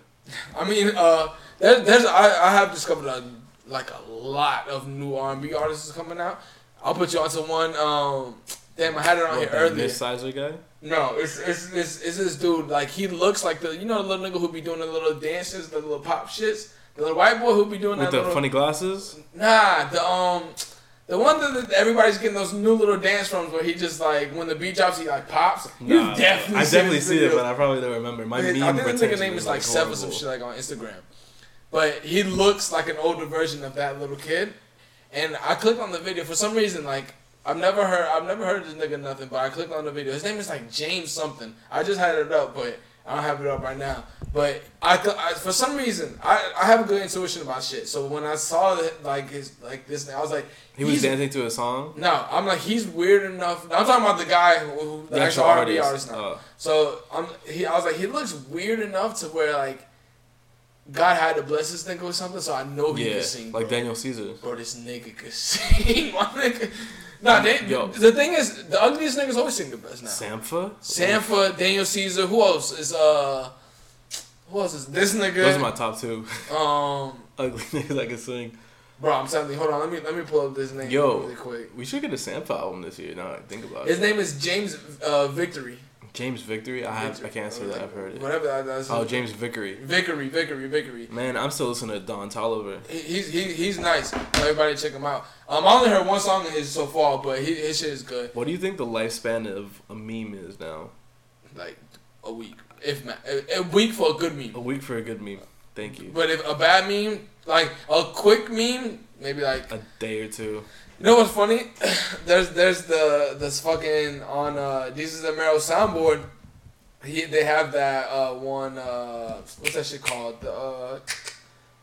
I mean, uh, there's, there's I, I have discovered a, like a lot of new R and B artists coming out. I'll put you onto one. Um, damn, I had it on here What, that earlier. Miss-sizer guy? No, it's it's this it's this dude like he looks like the you know the little nigga who be doing the little dances, the little pop shits, the little white boy who be doing With that the little funny glasses? nah the um the one that that everybody's getting those new little dance forms where he just like when the beat drops he like pops. Nah, You've definitely I seen definitely this see it, video. but I probably don't remember. My I meme think the nigga retention name is like Sev horrible. or some shit like on Instagram. But he looks like an older version of that little kid. And I clicked on the video for some reason like I've never heard I've never heard this nigga nothing, but I clicked on the video. His name is like James something. I just had it up, but I don't have it up right now, but I, th- I for some reason I, I have a good intuition about shit. So when I saw that, like his like this, I was like, He was he's- dancing to a song. No, I'm like he's weird enough. I'm talking about the guy who, who the, The actual actual R&B artist. artist, now. Oh. So I'm he. I was like he looks weird enough to where like God had to bless this nigga with something. So I know he Yeah, can sing. like bro. Daniel Caesar. Bro, this nigga can [LAUGHS] sing. My nigga. Nah, they, Yo. the thing is, the ugliest niggas always sing the best now. Sampha. Sanford, Daniel Caesar. Who else is uh? Who else is this nigga? Those are my top two [LAUGHS] um, ugly niggas I can sing. bro, I'm telling you. Hold on, let me let me pull up this name Yo. really quick. We should get a Sampha album this year. Now that I think about His it. name is James uh, Victory. James Victory. I have. I Victory. can't say that. I've heard it. Whatever that, that's. Oh, James Vickery. Vickery, Vickery, Vickery. Man, I'm still listening to Don Tolliver. He- He's he, he's nice. Everybody check him out. Um, I only heard one song of his so far, but he, his shit is good. What do you think the lifespan of a meme is now? Like a week, if ma- a, a week for a good A meme. week for a good meme. Thank you. But if a bad meme, like a quick meme, maybe like A day or two. You know what's funny? [CLEARS THROAT] there's there's the this fucking on uh this is the Meryl soundboard. He they have that uh one uh what's that shit called? The uh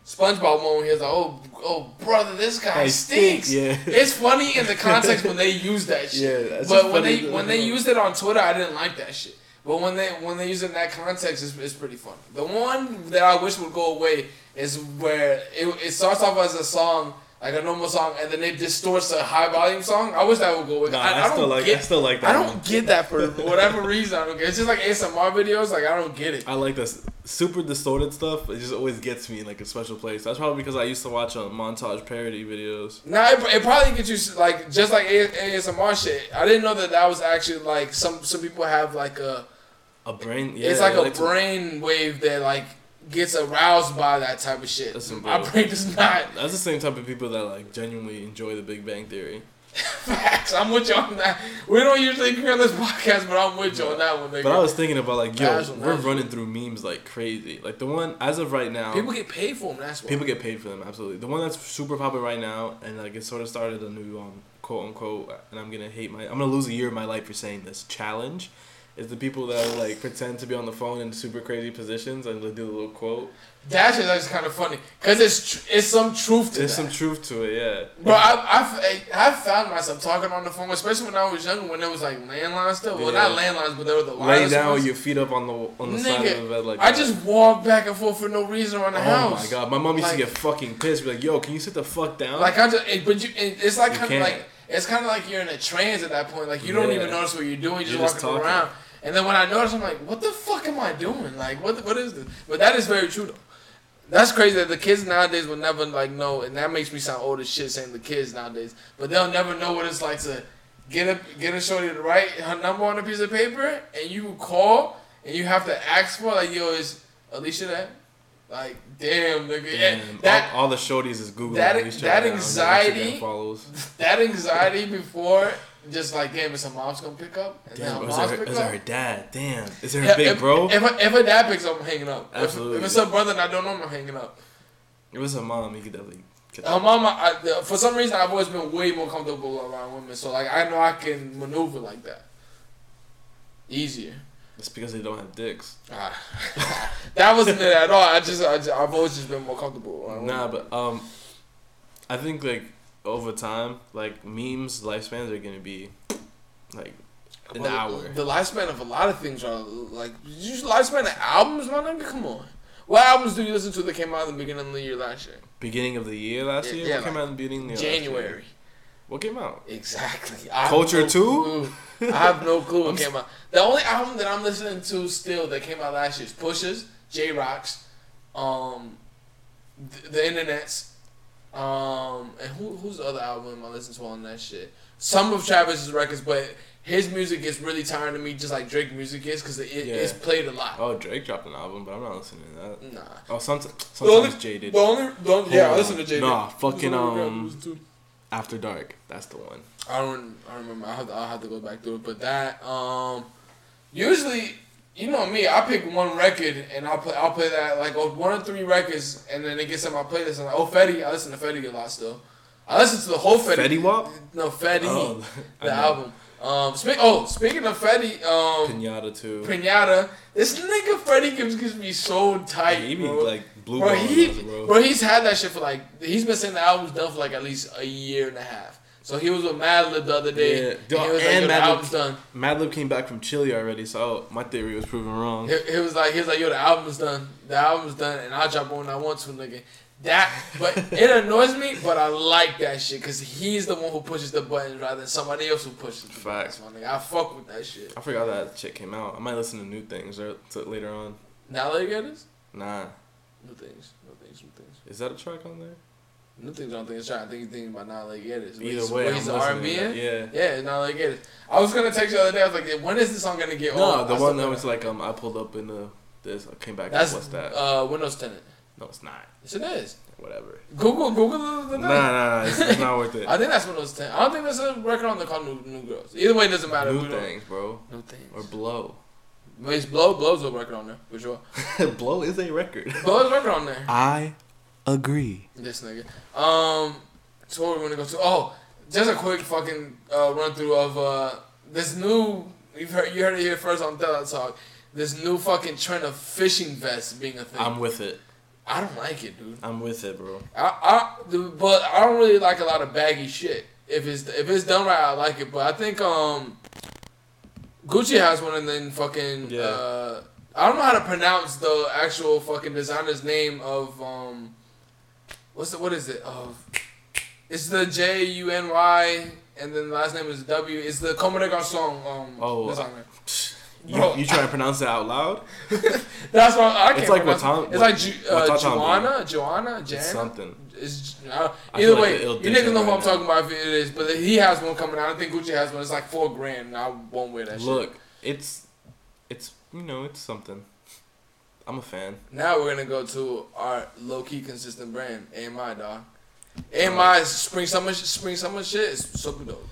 SpongeBob one where he's like, Oh oh brother, this guy I stinks. stink, yeah. It's funny in the context when they use that shit. Yeah, that's but just when funny they to when they know. used it on Twitter I didn't like that shit. But when they when they use it in that context, it's, it's pretty funny. The one that I wish would go away is where it, it starts off as a song, like a normal song, and then it distorts a high volume song. I wish that would go away. Nah, I, I, I don't still like. get. I still like that. I don't one. get that for whatever reason. I don't get. It's just like ASMR videos. Like I don't get it. I like this super distorted stuff. It just always gets me in like a special place. That's probably because I used to watch um, montage parody videos. Nah, it, it probably gets you like just like A- ASMR shit. I didn't know that that was actually like some some people have like a A brain, yeah, it's like I a like to- brain wave that like gets aroused by that type of shit. Listen, My bro. brain [LAUGHS] does not. That's the same type of people that like genuinely enjoy The Big Bang Theory. Facts. I'm with you on that. We don't usually agree on this podcast, but I'm with you on that one, nigga. But I was thinking about like, yo, That's what we're matters. running through memes like crazy. Like the one as of right now, people get paid for them. That's why. People get paid for them, absolutely. The one that's super popular right now, and like it sort of started a new um, quote unquote, and I'm gonna hate my, I'm gonna lose a year of my life for saying this challenge, is the people that like pretend to be on the phone in super crazy positions and they do a little quote. That shit is kind of funny because it's tr- it's some truth to There's that. some truth to it, yeah. Bro, I I've, I've found myself talking on the phone, especially when I was younger, when there was like landline stuff. Well, Yeah. not landlines, but there were the Lay wireless down with ones. your feet up on the on the side Nigga, of the bed like I that. just walked back and forth for no reason around the Oh house. my god, my mom used Like- to get fucking pissed. Be like, "Yo, can you sit the fuck down?" Like I just, it, but you, it, it's like You kind of can't. like it's kind of like you're in a trance at that point. Like you don't Yeah. even notice what you're doing. You're just, You're just walking talking. around. And then when I notice, I'm like, what the fuck am I doing? Like what the- what is this? But that is very true though. That's crazy that the kids nowadays will never like know, and that makes me sound old as shit saying the kids nowadays. But they'll never know what it's like to get a get a shorty to write her number on a piece of paper, and you call, and you have to ask for like, yo, is Alicia that? Like, damn, nigga, Damn, And eh, that all, all the shorties is googling that- these that channels, anxiety- Instagram follows. that anxiety before, just like, damn, is her mom's gonna pick up? And Damn, then or her is mom's there, pick is up. there a dad? Damn, is there Yeah, a big if, bro? If, if her dad picks up, I'm hanging up. If- Absolutely. If, it's her brother and I don't know, him, I'm hanging up. It was her mom. You could definitely. Get Her mama, I, the- for some reason, I've always been way more comfortable around women, so like I know I can maneuver like that. Easier. It's because they don't have dicks. Ah. [LAUGHS] that wasn't it at all. I just, I have always just been more comfortable. Around Nah, women. but um, I think like over time, like memes lifespans are gonna be like an But hour. The lifespan of a lot of things are like you lifespan of albums, my nigga. Come on, what albums do you listen to that came out in the beginning of the year last year? Beginning of the year last Yeah, year. yeah, what came like out in the beginning? Of the year last year? January, What came out? exactly. I have Culture no too? clue. I have [LAUGHS] no clue I'm what s- came out. The only album that I'm listening to still that came out last year is Pushes, J Rocks, um, the, the Internet's, um, and who who's the other album I listen to on that shit? Some of Travis's records, but. His music gets really tiring to me, just like Drake music is, because it, Yeah. it's played a lot. Oh, Drake dropped an album, but I'm not listening to that. Nah. Oh, sometimes The only, sometimes Jay did. the only, the only yeah, I on. listen to Jay. Nah, Did. fucking, Listen to what we got, um, listen to. After Dark. That's the one. I don't, I don't remember. I have to, I'll have to go back through it. But that, um, usually, you know me, I pick one record and I'll play, I'll play that like oh, one or three records, and then it gets on my playlist. And like, oh, Fetty, I listen to Fetty a lot still. I listen to the whole Fetty. Fetty Wap? No, Fetty, Oh, I the know. album. Um, spe- oh, speaking of Fetty, um, Pinata too. Pinata, this nigga Freddie Gibbs gets me so tight, he be bro. like blue bro, balls he, us, bro. bro, he's had that shit for like he's been saying the album's done for like at least a year and a half. So he was with Madlib the other day, Yeah, and he was like, and "Yo, the Madlib- album's done." Madlib came back from Chile already, so oh, my theory was proven wrong. He, he was like, he was like, yo, the album's done. The album's done, and I'll drop it when I want to, nigga. That, [LAUGHS] but it annoys me, but I like that shit because he's the one who pushes the buttons rather than somebody else who pushes the Facts. buttons. My nigga, I fuck with that shit. I forgot that shit came out. I might listen to new things or to later on. Now that you get this, Nah, new things, new things, new things, is that a track on there? new things. I don't think it's trying. I think you think about now that you get this. Either way, I'm he's listening an to R&B that, in. Yeah. Yeah, now that you get it. I was gonna text you the other day. I was like, when is this song gonna get No, old? the Oh, I one still- that was like um, I pulled up in the this, I came back. and that's what's that? Uh, Windows Tenant. no, it's not. Yes, it is. Whatever. Google, Google the, the Nah, nah, nah it's, it's not worth it. [LAUGHS] I think that's Windows 10. I don't think there's a record on the called New, New Girls. Either way, it doesn't matter. New We don't- things, bro, New things. or blow. But it's Blow. Blow's a record on there, for sure. blow is a record. Blow's a record on there. I agree. This nigga. Um, so what we want to go to? Oh, just a quick fucking uh, run through of uh, this new. You've heard, you heard it here first on Thug Talk. This new fucking trend of fishing vests being a [LAUGHS] thing. I'm with it. I don't like it, dude. I'm with it, bro. I, I, the- but I don't really like a lot of baggy shit. If it's if it's done right, I like it. But I think um, Gucci has one, and then fucking Yeah. uh, I don't know how to pronounce the actual fucking designer's name of um, what's the, what is it of? It's the J U N Y, and then the last name is W. It's the Comme des Garçons um Oh, designer. You, Bro. you trying to pronounce it out loud? That's what I can't. It's like pronounce it. Watan- It's like Ju- uh, Watatame. Joanna, Joanna, Jan. It's something. It's, I, I either feel like way, the ill you dick niggas know who right I'm now. talking about if it is, but he has one coming out. I think Gucci has one. It's like four grand, and I won't wear that shit. Look, it's it's you know it's something. I'm a fan. Now we're gonna go to our low key consistent brand, AMI, dog. AMI's spring summer sh- spring summer shit is super dope.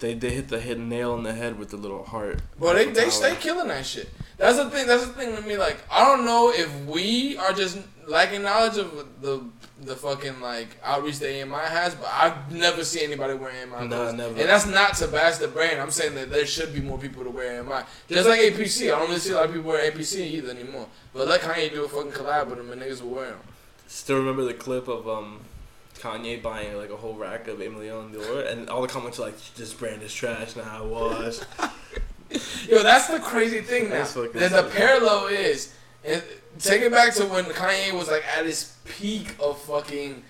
They they hit the hit nail on the head with the little heart. But they they Power. stay killing that shit. That's the thing. That's the thing with me. Like I don't know if we are just lacking knowledge of the the fucking like outreach that AMI has, but I've never seen anybody wear AMI. Nah, clothes. never. And that's not to bash the brand. I'm saying that there should be more people to wear AMI. Just like APC, I don't really see a lot of people wear APC either anymore. But let Kanye do a fucking collab with them and niggas will wear them. Still remember the clip of um Kanye buying like a whole rack of Emilion Dior, and all the comments are like, "This brand is trash." Now I [LAUGHS] wash. Yo, that's the crazy thing now. That's fucking That the sick. parallel is, and take it back to when Kanye was like at his peak of fucking,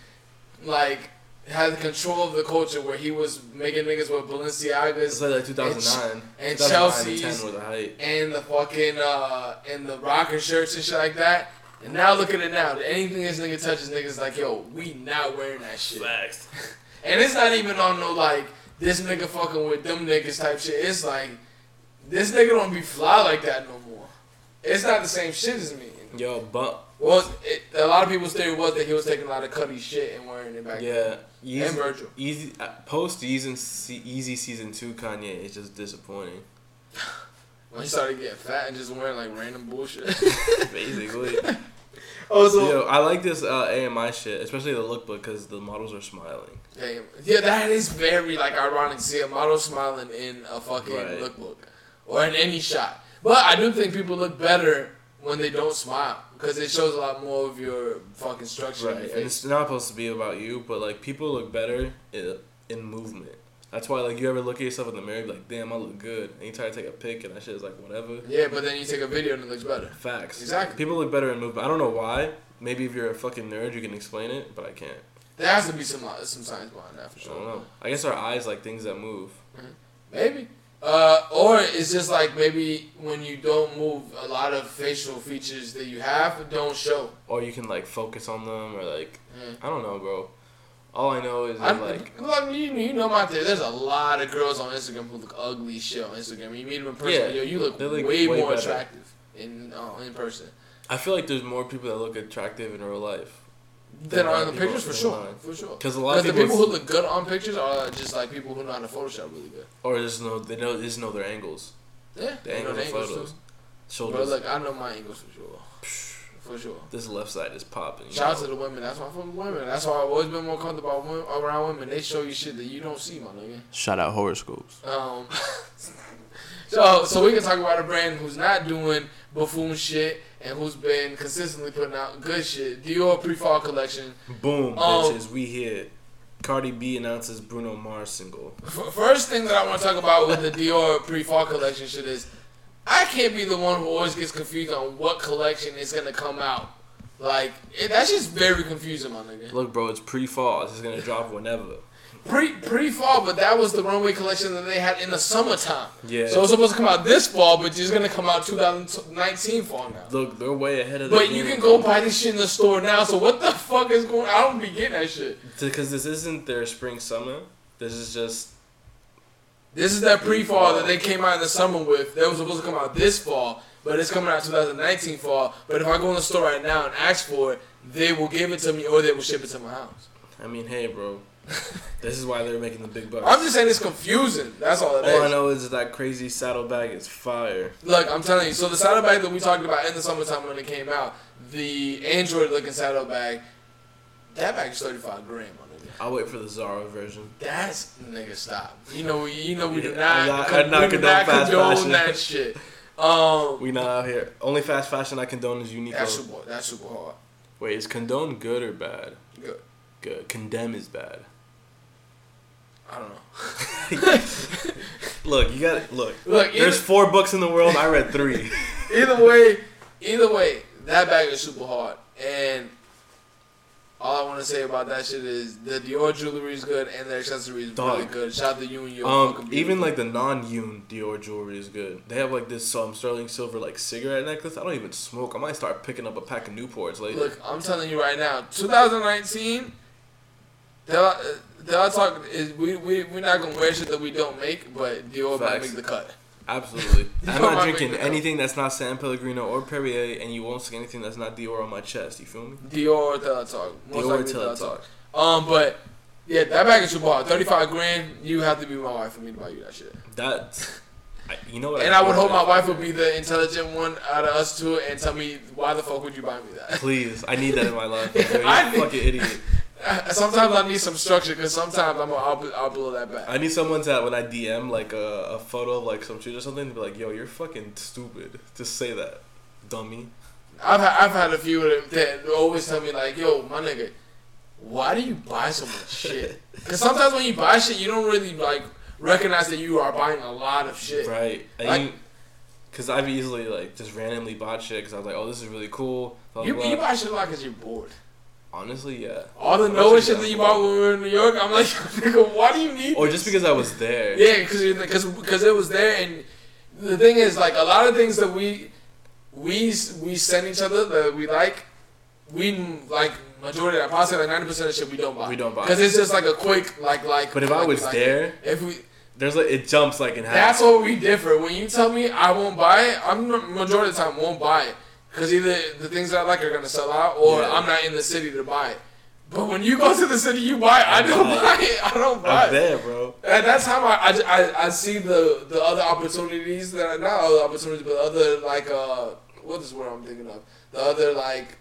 like, had control of the culture where he was making niggas with It's Balenciagas like, like 2009. and 2009 and Chelsea's- 10 were the height. and the fucking uh and the rocker shirts and shit like that. And now look at it now. Anything this nigga touches, niggas like, yo, we not wearing that shit. Facts. And it's not even on no like this nigga fucking with them niggas type shit. It's like this nigga don't be fly like that no more. It's not the same shit as me. Yo, but Well, it, a lot of people's theory was that he was taking a lot of Cuddy shit and wearing it back. yeah, then. And Yeezy, Virgil. easy uh, post season se- easy season two Kanye is just [LAUGHS] disappointing. When he started getting fat and just wearing like random bullshit. Basically, also, yo, I like this uh, AMI shit, especially the lookbook, because the models are smiling. Damn. Yeah, that is very like ironic to see a model smiling in a fucking Right. lookbook or in any shot. But I do think people look better when they don't smile because it shows a lot more of your fucking structure. in Right, your and it's face. not supposed to be about you, but like people look better in, in movement. That's why, like, you ever look at yourself in the mirror, and be like, damn, I look good. And you try to take a pic, and that shit is like, whatever. Yeah, but then you take a video and it looks better. Facts. Exactly. People look better in movement. I don't know why. Maybe if you're a fucking nerd, you can explain it, but I can't. There has to be some uh, some science behind that for I don't sure. know. I guess our eyes like things that move. Maybe. Uh, or it's just like maybe when you don't move, a lot of facial features that you have don't show. Or you can like focus on them, or like Mm. I don't know, bro. All I know is I that, like like, look, you, you know my theory. There's a lot of girls on Instagram who look ugly as shit on Instagram. You meet them in person, Yeah, yo, you look, they look way, way more better. attractive in uh, in person I feel like there's more people that look attractive in real life. than a lot on the of people pictures for in sure, line. for sure. Because a lot Because of the people, people who look good on pictures are just like people who know how to Photoshop really good. or just know they know they just know their angles, Yeah, the you know angles the of photos, too. shoulders. But look, I know my angles for sure. for sure. This left side is popping. Shout out to the women. That's why from women. That's why I've always been more comfortable women, around women. They show you shit that you don't see, my nigga. Shout out horoscopes. Um, [LAUGHS] so so we can talk about a brand who's not doing buffoon shit and who's been consistently putting out good shit. Dior pre-fall collection. Boom, Um, bitches. We here. Cardi B announces Bruno Mars single. F- first thing that I want to talk about with the Dior pre-fall collection shit is, I can't be the one who always gets confused on what collection is gonna come out. Like it, that's just very confusing, my nigga. Look, bro, it's pre-fall. It's just gonna drop whenever. pre pre fall, but that was the runway collection that they had in the summertime. Yeah. So it's supposed to come out this fall, but it's gonna come out 2019 fall now. Look, they're way ahead of the But you can go buy this shit in the store now. So what the fuck is going? I don't be getting that shit. because this isn't their spring summer. This is just This is that pre fall that they came out in the summer with. That was supposed to come out this fall, but it's coming out 2019 fall. But if I go in the store right now and ask for it, they will give it to me or they will ship it to my house. I mean, hey, [LAUGHS] bro. this is why they're making the big bucks. I'm just saying it's confusing. That's all it is. All Oh, I know is that crazy saddlebag is fire. Look, I'm telling you. So the saddlebag that we talked about in the summertime when it came out, the Android-looking saddlebag, that bag is 35 grand, my nigga. I'll wait for the Zara version. That's nigga, stop. You know, you know, we do Yeah, not, I'm not- con- I'm not we do condone not fast condone fashion. that shit. Um, We not out here. Only fast fashion I condone is Uniqlo. that's super, that's super hard. Wait, is condone good or bad? Good. Good. Condemn is bad. I don't know. [LAUGHS] Look, you [LAUGHS] got to look. Look, There's either- four books in the world. I read [LAUGHS] three. Either way, either way, that bag is super hard. And all I want to say about that shit is the Dior jewelry is good and their accessories Dog. really good. Shout out to you and your Um, fucking even beautiful. like the non-Yoon Dior jewelry is good. They have like this um sterling silver like cigarette necklace. I don't even smoke. I might start picking up a pack of Newports later. Look, I'm telling you right now, 2019, Del Del Talk is we we we're not gonna wear shit that we don't make, but Dior might Facts. make the cut. [LAUGHS] Absolutely. I'm know, not I drinking mean- anything that's not San Pellegrino or Perrier, and you won't see anything that's not Dior on my chest. You feel me? Dior Del Talk, most Dior likely Del Del Talk. Um, but yeah, that bag is super hard. 35 grand, you have to be my wife for me to buy you that shit. That. I, you know what? And I would hope my wife would be the intelligent one out of us two and tell me why the fuck would you buy me that. Please, I need that in my [LAUGHS] life. Yo, You're I a need- fucking idiot. [LAUGHS] sometimes I need some structure because sometimes I'm I'll, I'll blow that back. I need someone to when I DM like a, a photo of like some shit or something to be like, "Yo, you're fucking stupid." Just say that, dummy. I've had, I've had a few of them that always tell me like, "Yo, my nigga, why do you buy so [LAUGHS] much shit?" Because sometimes when you buy shit, you don't really like recognize that you are buying a lot of shit. Right. Like- I because I've easily like just randomly bought shit because I was like, "Oh, this is really cool." Blah, You, blah, you blah. buy shit a lot because you're bored. Honestly, yeah. All the That's Noah shit exactly that you bought when we were in New York, I'm like, [LAUGHS] nigga, why do you need? Or just because I was there. Yeah, because because it was there, and the thing is, like a lot of things that we we we send each other that we like, we like majority of possibly like ninety percent of shit we don't buy. We don't buy. because it's just like a quick like like. But if I like- was like- there, if we there's like it jumps like in half. that's where we differ. When you tell me I won't buy it, I'm the majority of the time won't buy it because either the things that I like are gonna sell out, or Yeah. I'm not in the city to buy it. But when you go to the city, you buy it. I don't buy it. I don't buy I'm it. there, bro. At that time, I, I j- I, I see the, the other opportunities that are not other opportunities, but other like uh, what is the word I'm thinking of? The other like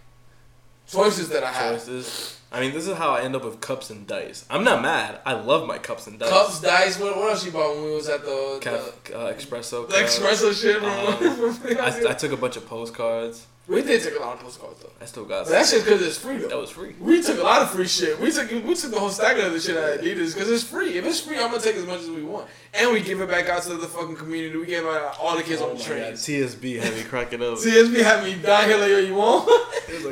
choices that I have. Choices. I mean, this is how I end up with cups and dice. I'm not mad. I love my cups and dice. Cups, dice. What, what else you bought when we was at the Caf- uh, espresso. the, the cup. espresso shit? [LAUGHS] Um, From, I, I took a bunch of postcards. we did take a lot of postcards though. I still got But some. that shit because it's free That though. was free. We took a lot of free shit. We took we took the whole stack of the shit out of Adidas because it's free. If it's free, I'm gonna take as much as we want, and we give it back out to the fucking community. We gave it out to all the kids Oh on the trains. TSB had me cracking [LAUGHS] up. CSB had me down here like, yo, you want?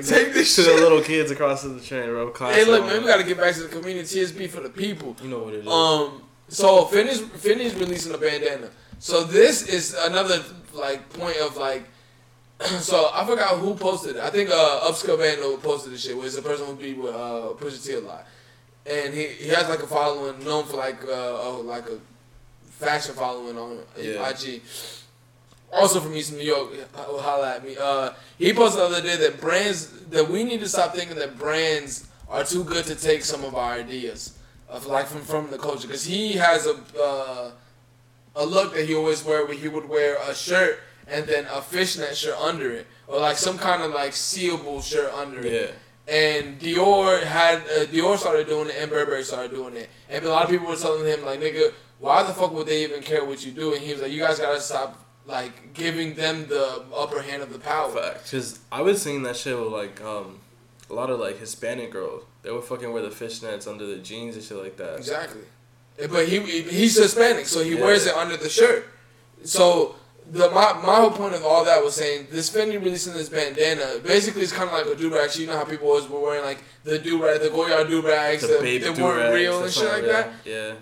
Take this to shit. the little kids across the train, bro. Class hey, look, on. man, we gotta get back to the community. TSB for the people. You know what it is. Um, so Finn is, Finn is releasing a bandana. So this is another like point of like. [CLEARS THROAT] so I forgot who posted it. I think uh, Upscale Bando posted this shit. Was the person who be with uh, Pusha T a lot, and he, he has like a following known for like uh, oh, like a fashion following on Yeah. IG. Also from East New York, ho- holla at me. Uh, he posted the other day that brands that we need to stop thinking that brands are too good to take some of our ideas of like from from the culture because he has a uh, a look that he always wear where he would wear a shirt. and then a fishnet shirt under it, or like some kind of like seeable shirt under it. Yeah. And Dior had uh, Dior started doing it, and Burberry started doing it, and a lot of people were telling him like, "Nigga, why the fuck would they even care what you do?" And he was like, "You guys gotta stop like giving them the upper hand of the power." Because I was seeing that shit with like um, a lot of like Hispanic girls. They would fucking wear the fishnets under the jeans and shit like that. Exactly. But he he's Hispanic, so he Yeah. wears it under the shirt. So the my, my whole point of all that was saying this Fendi releasing this bandana basically it's kind of like a do rag. You know how people always were wearing like the do rag, the Goyard do rags, The that babe that do-rags, weren't real and that's shit not like real. that. Yeah.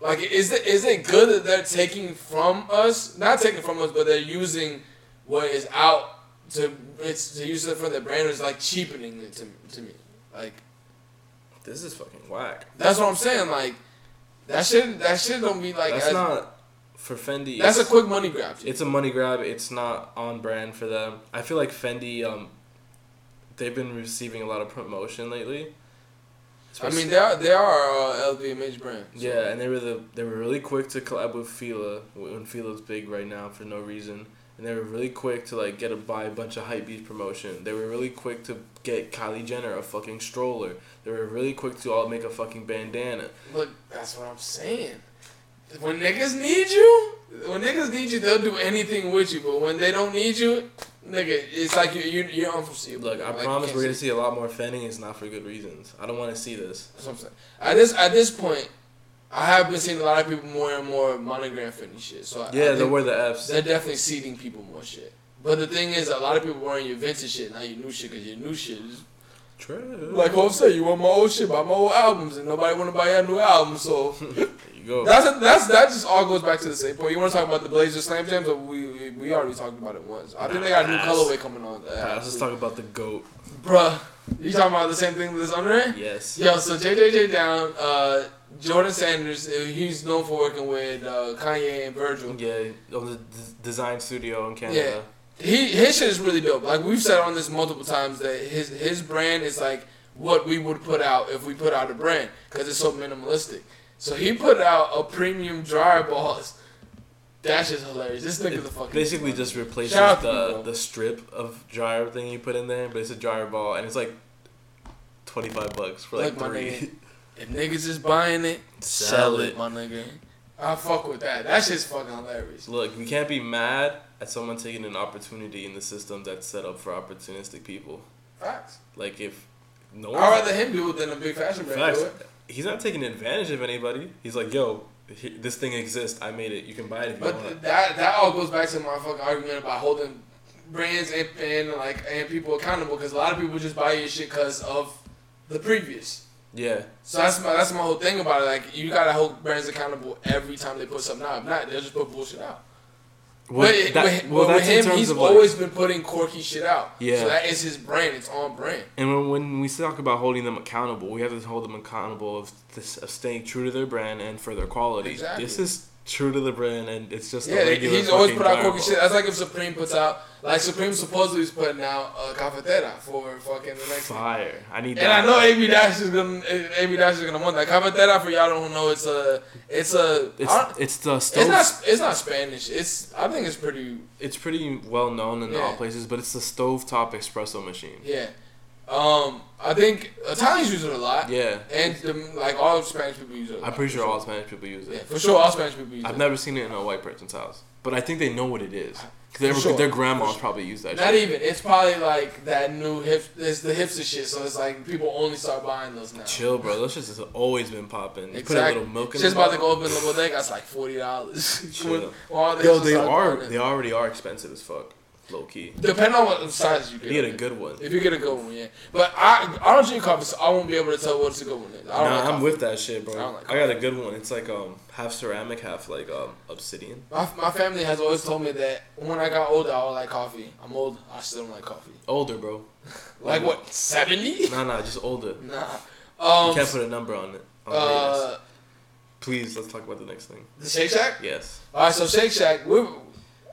Like is it is it good that they're taking from us? Not taking from us, but they're using what is out to it's to use it for their brand is like cheapening it to to me. Like This is fucking whack. that's what I'm saying. Like that shit that shit don't be like That's as- not for Fendi. That's a it's- quick money grab. It's a money grab. It's not on brand for them. I feel like Fendi, um, they've been receiving a lot of promotion lately. I mean, they are they are uh, LVMH brand. so- yeah, and they were the they were really quick to collab with Fila when Fila's big right now for no reason, and they were really quick to like get a buy a bunch of hypebeast promotion. They were really quick to get Kylie Jenner a fucking stroller. They were really quick to all make a fucking bandana. Look, that's what I'm saying. When niggas need you, when niggas need you, they'll do anything with you. But when they don't need you, nigga, it's like you you you're unforeseeable. Look, I Like, you promise can't we're gonna see- see a lot more Fendi. It's not for good reasons. I don't want to see this. That's what I'm saying. At this at this point, I have been seeing a lot of people more and more monogram Fendi shit. So I, I Yeah, they think were the F's. they're definitely seeding people more shit. But the thing is, a lot of people wearing your vintage shit, not your new shit, because your new shit is True. Like Hope said, you want my old shit, buy my old albums, and nobody want to buy your new album. So there you go. that's that's that just all goes back to the same point. You want to talk about the Blazers slam jams? Or we, we we already talked about it once. I think they got a new Nice. colorway coming on. Uh, Alright, let's just talk about the goat. Bruh, you talking about the same thing with this under it? Yes. Yo, so JJJ down. Uh, Jordan Sanders, uh, he's known for working with uh, Kanye and Virgil. Yeah, on the d- design studio in Canada. he his shit is really dope. Like we've said on this multiple times that his his brand is like what we would put out if we put out a brand because it's so minimalistic. So he put out a premium dryer balls. That shit's hilarious. This nigga It the fucking basically just replaces Shout out to you, the bro. the strip of dryer thing you put in there, but it's a dryer ball and it's like twenty five bucks for like, Like my three. [LAUGHS] nigga. if niggas is buying it, Sell sell it. it, my nigga. I fuck with that. That shit's fucking hilarious. Look, we can't be mad at someone taking an opportunity in the system that's set up for opportunistic people. Facts. Like if no I'd rather him do it than a big fashion brand Facts. do it. He's not taking advantage of anybody. He's like, yo, he- this thing exists. I made it. You can buy it if you But want. th- that that all goes back to my fucking argument about holding brands and, and like and people accountable because a lot of people just buy your shit because of the previous. yeah. So that's my that's my whole thing about it. Like you gotta hold brands accountable every time they put something out. If not, they'll just put bullshit out. Well, but that- with, well, but with that's in him, terms he's of, like- always been putting quirky shit out. Yeah. So that is his brand. It's on brand. And when, when we talk about holding them accountable, we have to hold them accountable of, this, of staying true to their brand and for their quality. Exactly. This is true to the brand, and it's just Yeah, a they, regular he's always fucking put out fireball. quirky shit. That's like if Supreme puts out like Supreme supposedly is putting out a uh, cafetera for fucking the next. Fire! I need And that. I know AB Dash is gonna AB Dash is gonna want that. Comment that out for y'all don't know. It's a it's a I it's don't- it's the it's stove. It's, not it's not Spanish. It's I think it's pretty pretty well known in all Yeah. places, but it's the stovetop espresso machine. yeah. Um, I think Italians use it a lot. Yeah, And the, like all Spanish people use it. i I'm pretty sure all Spanish people use Yeah, it. for sure all Spanish people use I've it. never seen it in a white person's house, but I think they know what it is. 'Cause For their, sure. their For grandmas sure. probably use that. Not shit. even. It's probably like that new hip. It's the hipster shit. So it's like people only start buying those now. Chill, bro. Those shits has always been popping. You put a Exactly. little milk in Just the about to go up in the bodega. It's like forty dollars. Chill. [LAUGHS] Yo, Yo, they are they already are expensive as fuck, low key. Depending on what size you get. You get a okay? good one. If you get a good one, yeah. But I I don't drink coffee, so I won't be able to tell what's a good one is. I don't Nah, like I'm coffee. with that shit, bro. I I, don't like got a good one. It's like um half ceramic, half like um obsidian. My, my family has always told me that when I got older, I would like coffee. I'm old. I still don't like coffee. Older, bro. Like what? Seventy? Nah, nah, just older. [LAUGHS] Nah. Um. You can't put a number on it. On the yes. uh, Please, let's talk about the next thing. the Shake Shack. Yes. All right, so Shake Shack. We're,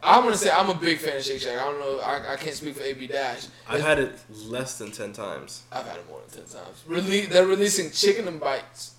I'm gonna say I'm a big fan of Shake Shack. I don't know. I, I can't speak for AB Dash. I've had it less than ten times. I've had it more than ten times. Rele- they're releasing chicken and bites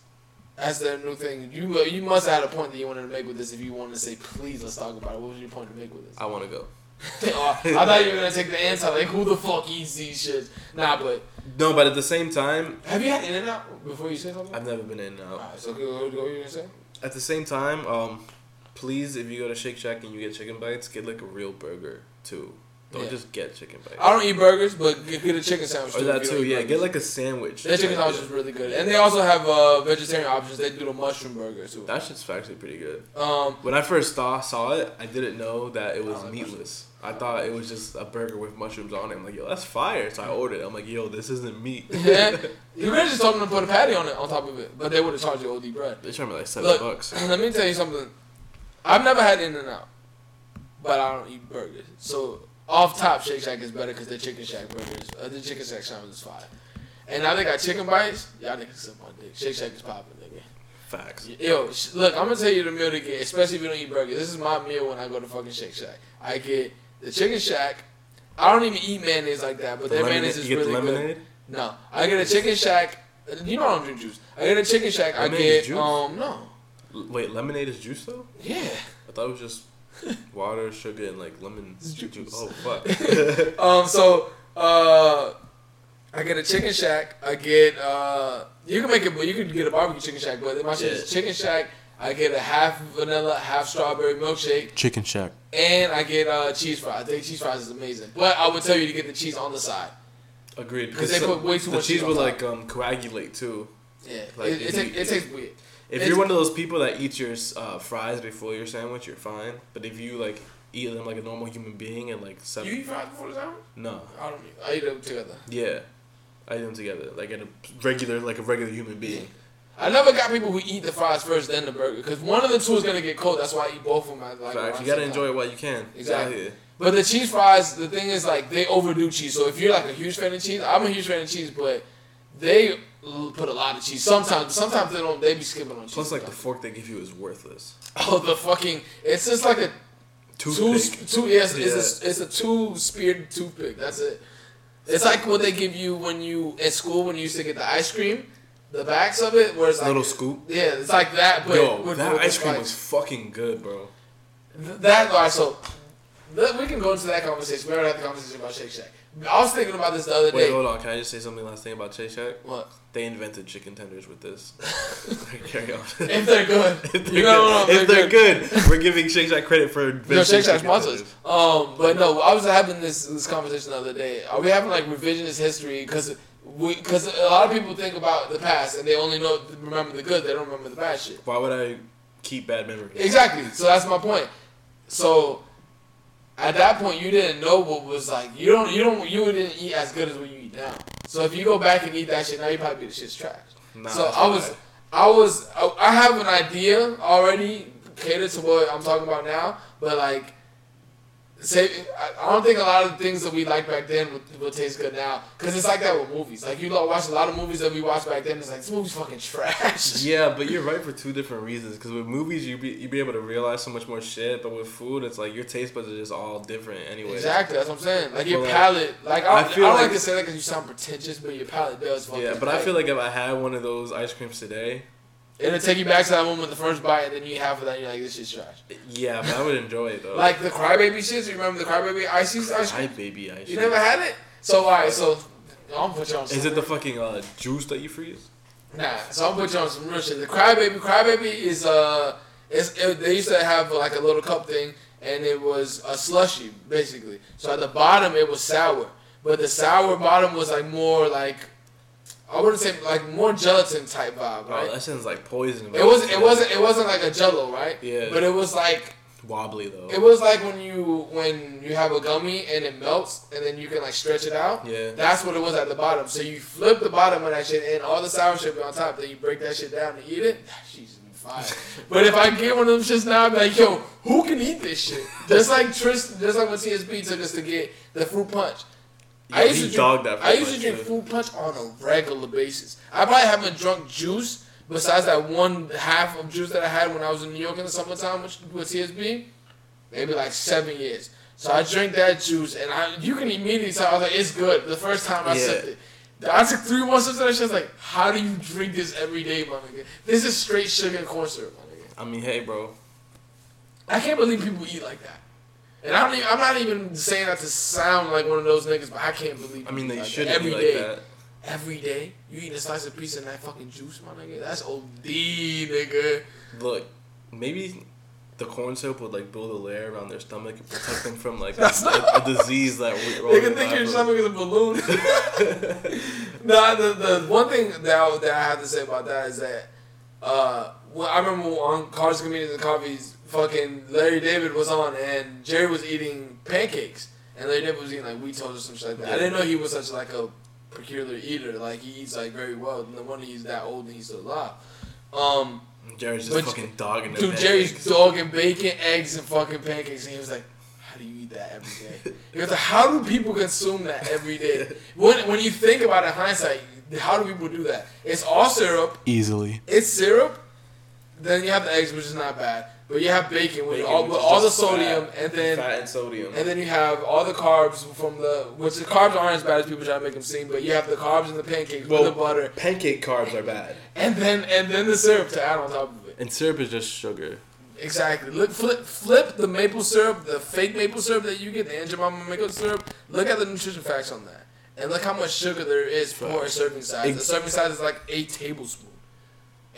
as their new thing. You mu- you must have had a point that you wanted to make with this. If you wanted to say, please, let's talk about it. What was your point to make with this? I wanna go. [LAUGHS] Oh, I thought you were gonna take the answer. Like, who the fuck eats these shits? Nah, but No, but at the same time, have you had In and Out before you say something? I've never been in and out. Alright, so go, go, go, you gonna say? At the same time, um, please, if you go to Shake Shack and you get chicken bites, get like a real burger too. Don't Yeah. just get chicken bites. I don't eat burgers, but get, get a chicken sandwich. Or Oh, too, Oh, that if you don't too, eat yeah. burgers. Get like a sandwich. Their chicken sandwich is really good, and they also have uh, vegetarian options. They do the mushroom burger too. That shit's actually pretty good. Um, When I first saw, saw it, I didn't know that it was like meatless. I thought it was just a burger with mushrooms on it. I'm like, yo, that's fire. So I ordered it. I'm like, yo, this isn't meat. [LAUGHS] yeah, you could have just told them to put a patty on it on top of it, but they would have charged you OD bread. [LAUGHS] They charged me like seven Look, bucks. let me tell you something. I've never had In and Out, but I don't eat burgers. So off top, Shake Shack is better because the Chicken Shack burgers, uh, the Chicken Shack sandwich is fire. And now they got chicken bites. Y'all niggas suck my dick. Shake Shack is popping, nigga. Facts. Yo, sh- look, I'm gonna tell you the meal to get, especially if you don't eat burgers. This is my meal when I go to fucking Shake Shack. I get the chicken shack. I don't even eat mayonnaise like that, but The their lemonade- mayonnaise is you get really the good. lemonade? No, I get a chicken shack. You know I don't drink juice. I get a chicken shack. I Lemonade get is juice? um no, L- Wait, lemonade is juice though? yeah. I thought it was just [LAUGHS] water, sugar, and like lemon It's juice. juice. Oh fuck. [LAUGHS] [LAUGHS] Um, so uh, I get a chicken shack. I get uh, you can make it, but you can get a barbecue chicken shack. But my shit is Yeah. chicken shack. I get a half vanilla, half strawberry milkshake. Chicken Shack. And I get uh, cheese fries. I think cheese fries is amazing. But I would tell you to get the cheese on the side. Agreed. 'Cause they some- put way too the much cheese cheese will on like um, coagulate too. Yeah. Like, it, it, if take, you- it tastes weird. If It's- you're one of those people that eats your uh, fries before your sandwich, you're fine. But if you like eat them like a normal human being and like You seven, eat fries before the sandwich? no, I don't eat. I eat them together. yeah, I eat them together like in a regular like a regular human being. I never got people who eat the fries first then the burger because one of the two is gonna get cold. That's why I eat both of them. At, like, Facts. around You gotta the same time. enjoy it while you can. Exactly. Yeah. But the cheese fries, the thing is like they overdo cheese. So if you're like a huge fan of cheese, I'm a huge fan of cheese, but they l- put a lot of cheese. Sometimes, sometimes they don't. They be skipping on cheese. Plus, like the sometimes. fork they give you is worthless. [LAUGHS] oh the fucking it's just like a Two, Toothpick. two, yes, it's, Yeah. a, it's a two speared toothpick. That's it. It's like what they give you when you at school when you used to get the ice cream, the backs of it, where it's like Little scoop? Yeah, it's like that. But Yo, with- that with ice cream like- was fucking good, bro. Th- that. All right, so th- we can go into that conversation. We already had the conversation about Shake Shack. I was thinking about this the other Wait, day. [LAUGHS] hold on. Can I just say something last thing about Shake Shack? What? They invented chicken tenders with [LAUGHS] this. [LAUGHS] Carry on. If they're good, [LAUGHS] If they're, you good, gotta know if they're good, we're giving Shake Shack credit for inventing No, Shake Shack chicken sponsors. tenders. Um, but no, I was having this this conversation the other day. Are we having like revisionist history? Because we because a lot of people think about the past and they only know remember the good. They don't remember the bad shit. Why would I keep bad memories? Exactly. So that's my point. So at that point, you didn't know what was like. You don't. You don't. You didn't eat as good as what you eat now. So if you go back and eat that shit now, you probably be the shit's trash. Nah, so that's I was, not I was, I I have an idea already catered to what I'm talking about now, but like, say, I I don't think a lot of the things that we liked back then would, would taste good now, because it's like that with movies. Like you lo- watch a lot of movies that we watched back then. It's like this movie's fucking trash. Yeah, but you're right for two different reasons. Because with movies, you be you be able to realize so much more shit. But with food, it's like your taste buds are just all different anyway. Exactly, that's what I'm saying. Like your Well, palate, like I, I feel I don't like, like- to say that because you sound pretentious, but your palate does. Fucking Yeah, but I feel like if I had one of those ice creams today, it'll take you back to that moment, the first bite, and then you eat half of that, and you're like, this shit's trash. yeah, but I would enjoy it though. Like the crybaby shits. You remember the crybaby icy ice cream? I baby ice. You cream. never had it? So alright, so I'm gonna put you on. Some Is it the fucking uh, juice that you freeze? Nah, so I'm gonna put you on some real shit. The Crybaby, Crybaby is uh, it's, it, they used to have like a little cup thing, and it was a slushy basically. So at the bottom it was sour, but the sour bottom was like more like, I wouldn't say like more gelatin type vibe, Oh, right? that sounds like poison. It was it wasn't it wasn't like a Jello, right? Yeah. But it was like wobbly though. it was like when you when you have a gummy and it melts and then you can like stretch it out. Yeah. That's what it was at the bottom. So you flip the bottom of that shit and all the sour shit be on top. Then you break that shit down and eat it. She's fire. [LAUGHS] but if I get one of them shits now, I'm like, yo, who can eat this shit? Just like Tristan, just like when TSB took us to get the fruit punch. Yeah, I used he to drink, dogged that I fruit used to punch, drink dude. fruit punch on a regular basis. I probably haven't drunk juice besides that one half of juice that I had when I was in New York in the summertime with, with TSB. Maybe like seven years. So I drank that juice, and I you can immediately tell. I was like, it's good. The first time I Yeah. sipped it. I took three more sips of that shit. I was like, how do you drink this every day, my nigga? This is straight sugar and corn syrup, my nigga. I mean, hey, bro. I can't believe people eat like that. And I don't even, I'm not even saying that to sound like one of those niggas, but I can't believe. I mean, you they like that. shouldn't Every be like day- that. Every day, you eating a slice of pizza and that fucking juice, my nigga. That's OD, nigga. Look, maybe the corn syrup would like build a layer around their stomach and protect them from like a, [LAUGHS] That's a, disease that we They can think your stomach is a balloon. [LAUGHS] no, the, the one thing that I, that I have to say about that is that uh, well, I remember on College Comedians and Coffees, fucking Larry David was on and Jerry was eating pancakes and Larry David was eating like wheat toast or some shit like that. I didn't know he was such like a peculiar eater. Like he eats like very well. No wonder he's that old and he's still alive. Um, Jerry's just But- fucking dogging their Dude, bag. Jerry's dog and bacon, eggs, and fucking pancakes. And he was like, How do you eat that every day? He was like, How do people consume that every day? When, when you think about it in hindsight, how do people do that? It's all syrup. easily. It's syrup. Then you have the eggs, which is not bad. But you have bacon with all, Bacon, with which all is the just sodium, fat. and then fat and sodium. and then you have all the carbs from the which the carbs aren't as bad as people try to make them seem. But you have the carbs and the pancakes well, with the butter, Pancake carbs are bad, and then and then the syrup to add on top of it. and syrup is just sugar. Exactly. Look, flip, flip the maple syrup, the fake maple syrup that you get, the Aunt Jemima maple syrup. Look at the nutrition facts on that, and look how much sugar there is for a serving size. A Ex- serving size is like a tablespoon,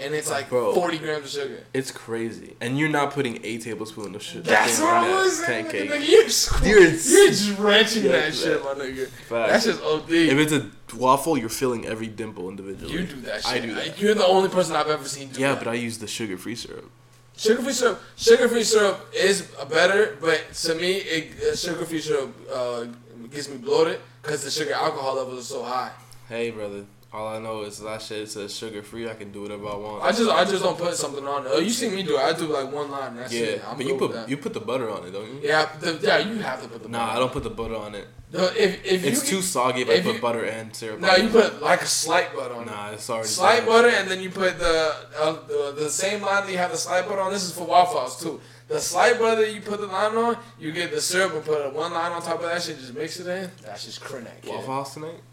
and it's like Bro. forty grams of sugar. It's crazy, and you're not putting a tablespoon of sugar. That's what I was saying. Nigga, nigga, you're, squ- You're you're, ins- drenching Yeah, that shit, my that- nigga. That's Facts. just OD. If it's a waffle, you're filling every dimple individually. you do that shit. I do that. You're the only person I've ever seen do Yeah, that. but I use the sugar-free syrup. Sugar free syrup, sugar free syrup is better, but to me, it, uh, sugar free syrup uh, gets me bloated because the sugar alcohol levels are so high. Hey, brother. All I know is that shit says sugar-free. I can do whatever I want. I just I just don't put something on. there. Oh, you see me do it? I do like one line. And that's yeah, it. I'm but you good with put that. you put the butter on it, don't you? yeah, the, yeah, you have to put the. Nah, I don't put the butter on it. No, if if It's you too soggy if, I if put you- butter and syrup. No, on you it. put like a slight butter on. Nah, it's it. already Slight bad. butter, and then you put the, uh, the the same line that you have the slight butter on. This is for waffles too. The slight butter you put the line on, you get the syrup and put one line on top of that shit. Just mix it in. That's just crinette, kid. Waffle House [LAUGHS] tonight. [LAUGHS]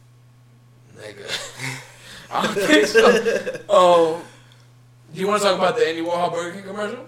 Nigga. [LAUGHS] I don't think so. Oh. Do you want to talk about the Andy Warhol Burger King commercial?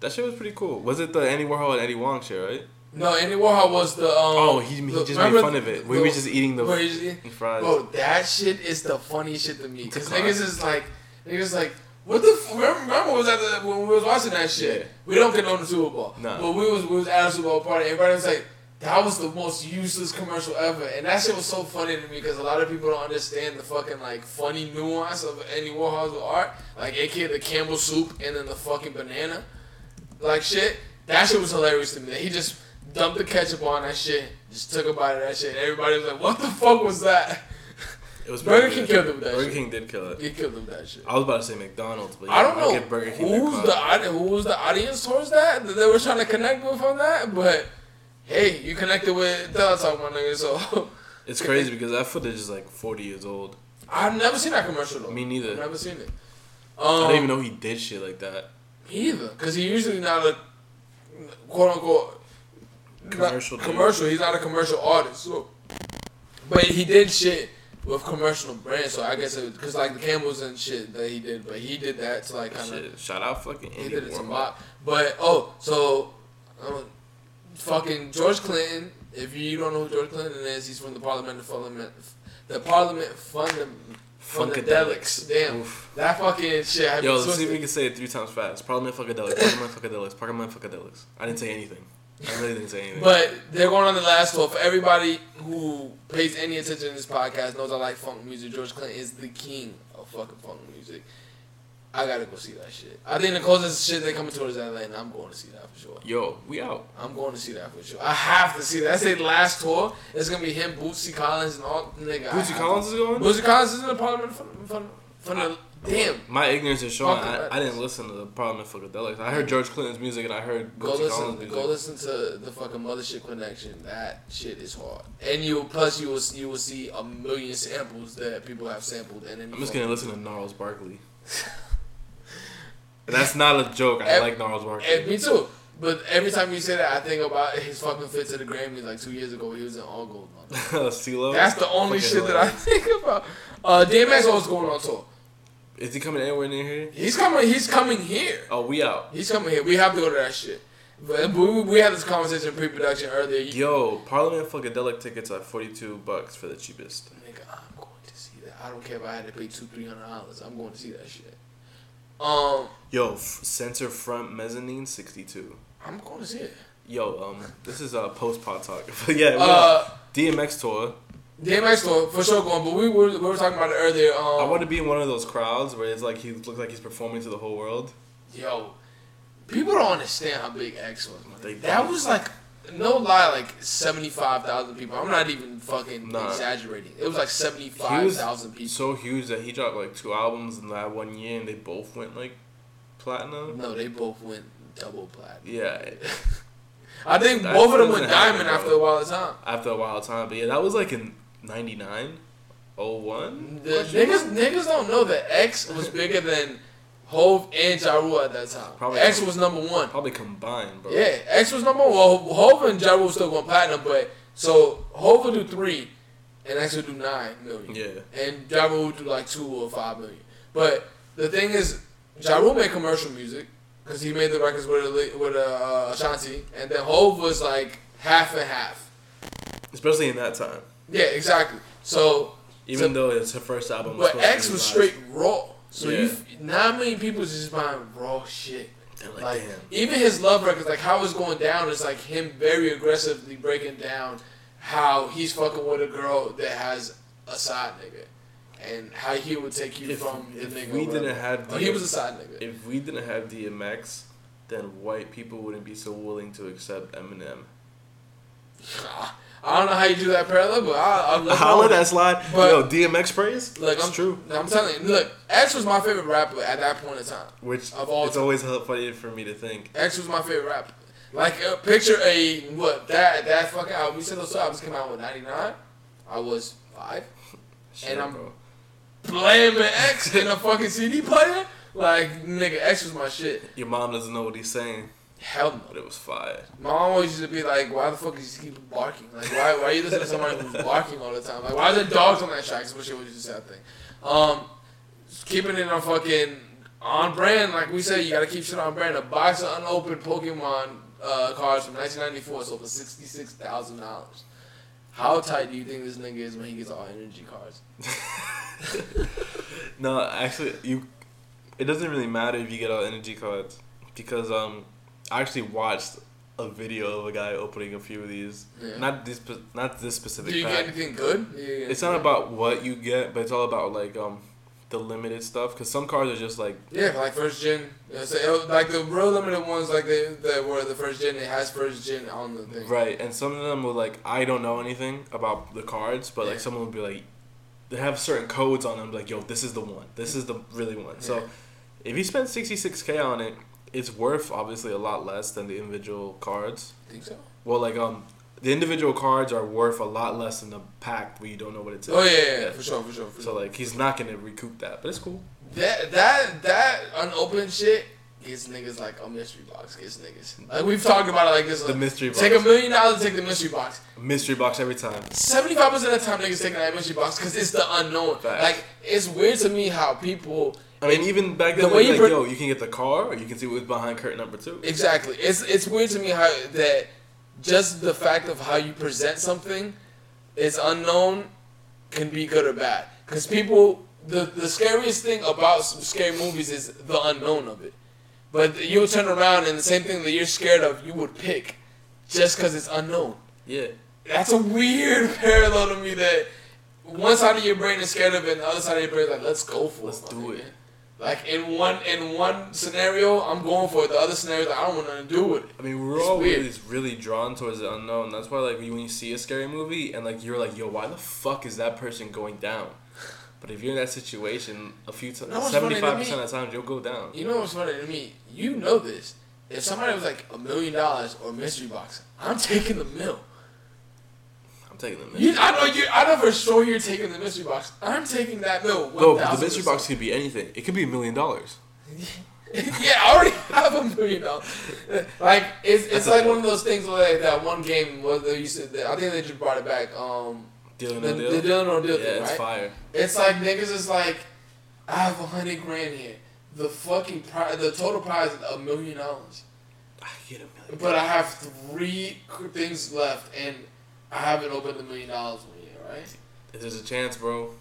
That shit was pretty cool. Was it the Andy Warhol and Eddie Wong shit, right? No, Andy Warhol was the. Um, Oh, he, he the- just made remember fun of it. We the- were just eating the where he's eating- f***ing fries. Bro, that shit is the funniest shit to me. Cause Classic. niggas is like, niggas is like, what the? F-? Remember, remember was at the when we was watching that shit. Yeah. We don't condone the Super Bowl. No. But we was we was at a Super Bowl party. Everybody was like, that was the most useless commercial ever, and that shit was so funny to me because a lot of people don't understand the fucking like funny nuance of Andy Warhol's art, like aka the Campbell soup and then the fucking banana, like shit. That shit was hilarious to me. That he just dumped the ketchup on that shit, just took a bite of that shit. and Everybody was like, what the fuck was that? [LAUGHS] It was Burger pretty King good. killed it with that Burger shit. King did kill it. You killed them that shit. I was about to say McDonald's, but yeah, I don't I'll know give Burger King who's credit. the audi- who was the audience towards that that they were trying to connect with on that, but hey, you connected with Teletalk, my nigga. So [LAUGHS] It's crazy because that footage is like 40 years old. I've never seen that commercial though. Me I've neither. never seen it. Um, I didn't even know he did shit like that. either, because he usually not a quote unquote not- Commercial dude. commercial. He's not a commercial artist, so but he did shit. With commercial brands, so I guess it was because like the Campbells and shit that he did, but he did that to like kind of Shit, shout out fucking He Andy did it to Warhol. Mop. But oh, so um, fucking George Clinton. If you don't know who George Clinton is, he's from the Parliament of Fundament, the Parliament Fundam, Funkadelics. Funkadelics. Damn, Oof. that fucking shit. had me Yo, let's see if we twisted. can say it three times fast. Parliament Funkadelics, Parliament Funkadelics, Parliament Funkadelics. I didn't say anything. I really didn't say anything. But they're going on the last tour. For everybody who pays any attention to this podcast, knows I like funk music. George Clinton is the king of fucking funk music. I gotta go see that shit. I think the closest shit they coming towards Atlanta. I'm going to see that for sure. Yo, we out. I'm going to see that for sure. I have to see that. That's their last tour. It's gonna be him, Bootsy Collins, and all nigga. I have Bootsy Collins is To. going? Bootsy Collins is in the Parliament from from from the damn My ignorance is showing. Fuck I, that. I didn't listen to the Parliament Funkadelics. I heard George Clinton's music and I heard Go Bootsy Collins' listen, music. go listen to the fucking mothership connection. That shit is hard, and you plus you will you will see a million samples that people have sampled. And then I'm just gonna listen to Gnarls [LAUGHS] Barkley. That's not a joke. I Ev- like Gnarls Barkley. And me too. But every time you say that, I think about his fucking fit to the Grammys like two years ago. He was in all gold. Man. [LAUGHS] CeeLo? That's the only Fucking shit that I hilarious. [LAUGHS] think about. Uh, DMX always going on tour. Is he coming anywhere near here? He's coming. He's coming here. Oh, we out. He's coming here. We have to go to that shit. But we, we had this conversation in pre-production earlier. You- Yo, Parliament Funkadelic tickets are forty two bucks for the cheapest. Nigga, I'm going to see that. I don't care if I had to pay two, three hundred dollars. I'm going to see that shit. Um, Yo, f- center front mezzanine sixty two. I'm going to see it. Yo, um, this is uh, post pod talk. [LAUGHS] But yeah, we got Uh, DMX tour. DMX store for sure going, but we were we were talking about it earlier. Um, I want to be in one of those crowds where it's like he looks like he's performing to the whole world. yo, people don't understand how big X was. Man. They that don't. was like, no lie, like seventy five thousand people. I'm not even fucking Nah. exaggerating. It was like seventy He five was thousand people. So huge that he dropped like two albums in that one year, and they both went like platinum. No, they both went double platinum. Yeah, I think That both of them went doesn't happen, diamond bro. after a while of time. after a while of time. But yeah, that was like in oh 99, 01? The niggas, niggas don't know that X was bigger than Hove and Ja Rule at that time. Probably. X was number one. Probably combined, bro. Yeah, X was number one. Well, Hove and Ja Rule still going platinum, but so Hove would do three, and X would do nine million. Yeah. And Ja Rule would do like two or five million. But the thing is, Ja Rule made commercial music because he made the records with a, with a, uh, Ashanti, and then Hove was like half and half. Especially in that time. Yeah, exactly. So Even So- though it's her first album. But supposed to X be was live. straight raw. So Yeah. you you, not many people is just buying raw shit. They're like, Like, damn. even his love records, like how it's going down, is like him very aggressively breaking down how he's fucking with a girl that has a side nigga, and how he would take you If- from the if nigga. we or whatever. didn't have oh, he the- was a side nigga. If we didn't have DMX, then white people wouldn't be so willing to accept Eminem. I don't know how you do that parallel, but I, I'm How would that slide? But- Yo, DMX praise? Look, it's I'm, true. I'm telling you, look, X was my favorite rapper at that point in time. Which Of all it's time. always funny for me to think. X was my favorite rapper. Like, uh, picture a what that that fucking album. You said those two albums came out in '99. I was five, Shit, I'm- bro. blaming X in a fucking CD player. Like, nigga, X was my shit. Your mom doesn't know what he's saying, Hell but no. it was fire. My mom always used to be like, "Why the fuck is you keep barking? Like, why why you listen to somebody who's barking all the time? Like, why are there dogs on that track?" That's what she always used to say. I think. Um, just keeping it on fucking on brand, like we said, you gotta keep shit on brand. A box of unopened Pokemon uh, cards from 1994 sold for sixty six thousand dollars. How tight do you think this nigga is when he gets all energy cards? No, actually, you. It doesn't really matter if you get all energy cards because um, I actually watched a video of a guy opening a few of these. Yeah. Not this, spe- not this Do specific you get pack. anything good? Do you get It's not anything good? about what you get, but it's all about like um, the limited stuff. Because some cards are just like Yeah, like first gen. Yeah, so it was- like the real limited ones, like they that were the first gen. It has first gen on the thing. right, and some of them were like I don't know anything about the cards, but Yeah. like someone would be like, they have certain codes on them. Like yo, this is the one. This is the really one. Yeah. So, if you spend sixty six k on it, it's worth obviously a lot less than the individual cards. Think so? Well, like um, the individual cards are worth a lot less than the pack where you don't know what it's. Oh yeah, yeah, yeah, for sure, for sure. For So sure. like he's not gonna recoup that, but it's cool. that that that unopened shit gets niggas like a mystery box. Gets niggas like we've talked about it like this. The like, mystery box, Take a million dollars, take the mystery box. mystery box every time. Seventy five percent of the time, niggas taking that mystery box because it's the unknown. Facts. Like it's weird to me how people I mean, even back The then, way like, you pre- yo, you can get the car, or you can see what's behind curtain number two. Exactly. It's it's weird to me how that just the fact of how you present something is unknown can be good or bad. Because people, the the scariest thing about s- scary movies is the unknown of it. But you would turn around and the same thing that you're scared of, you would pick, just because it's unknown. Yeah, That's a weird [LAUGHS] parallel to me. That one side of your brain is scared of it, and the other side of your brain is like, let's go for Let's it. do my it. nigga. Like in one in one scenario, I'm going for it. The other scenario, like, I don't want nothing to do with it. I mean, we're It's always really drawn towards the unknown. That's why, like, when you see a scary movie and like you're like, yo, why the fuck is that person going down? But if you're in that situation, a few times, No, it's funny to seventy five percent of the times, you'll go down. You know what's funny to me? You know this. If somebody was like a million dollars or mystery box, I'm taking the mill. I'm taking the You, mystery. I know you. I know for sure you're taking the mystery box. I'm taking that mill. No, but 1000%. the mystery box could be anything. It could be a million dollars. [LAUGHS] yeah, I already have a million dollars. Like it's it's That's a like deal. one of those things where like that one game where they used to. I think they just brought it back. Um, Deal or the, no deal. the Dylan O'Deal yeah, thing, it's right? fire. It's like niggas is like, I have a hundred grand here. The fucking pri- the total prize is a million dollars. I get a million. But I have three c- things left, and I haven't opened a million dollars in a year, right? There's a chance, bro.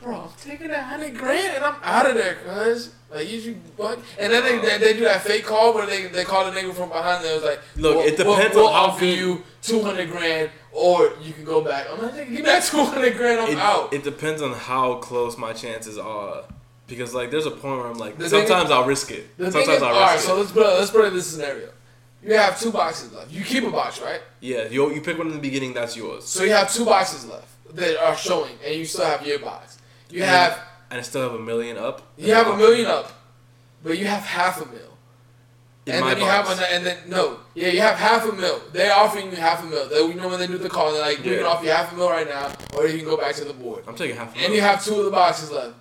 Bro, I'm taking a hundred grand and I'm out of there, cuz. Like, you should buck. And then they, they, they do that fake call where they, they call the nigga from behind and it was like, Look, "We'll- it depends we'll, on we'll how offer good- you 200 grand or you can go back. I'm like, nigga, give me that [LAUGHS] 200 grand, I'm It, out. it depends on how close my chances are. Because like there's a point where I'm like The thing is- sometimes I'll risk it. the Sometimes thing is, I'll all risk right, it. so let's put, let's put it in this scenario. You have two boxes left. You keep a box, right? yeah, you you pick one in the beginning, that's yours. So you have two boxes left that are showing, and you still have your box. You And- have and I still have a million up. You have a million up, but you have half a mil. in and my then you box. have an, and then no, yeah, you have half a mil. They're offering you half a mil. They, you know when they do the call, they're like, "We Yeah. can offer you half a mil right now, or you can go back to the board." I'm taking half a And mil. you have two of the boxes left.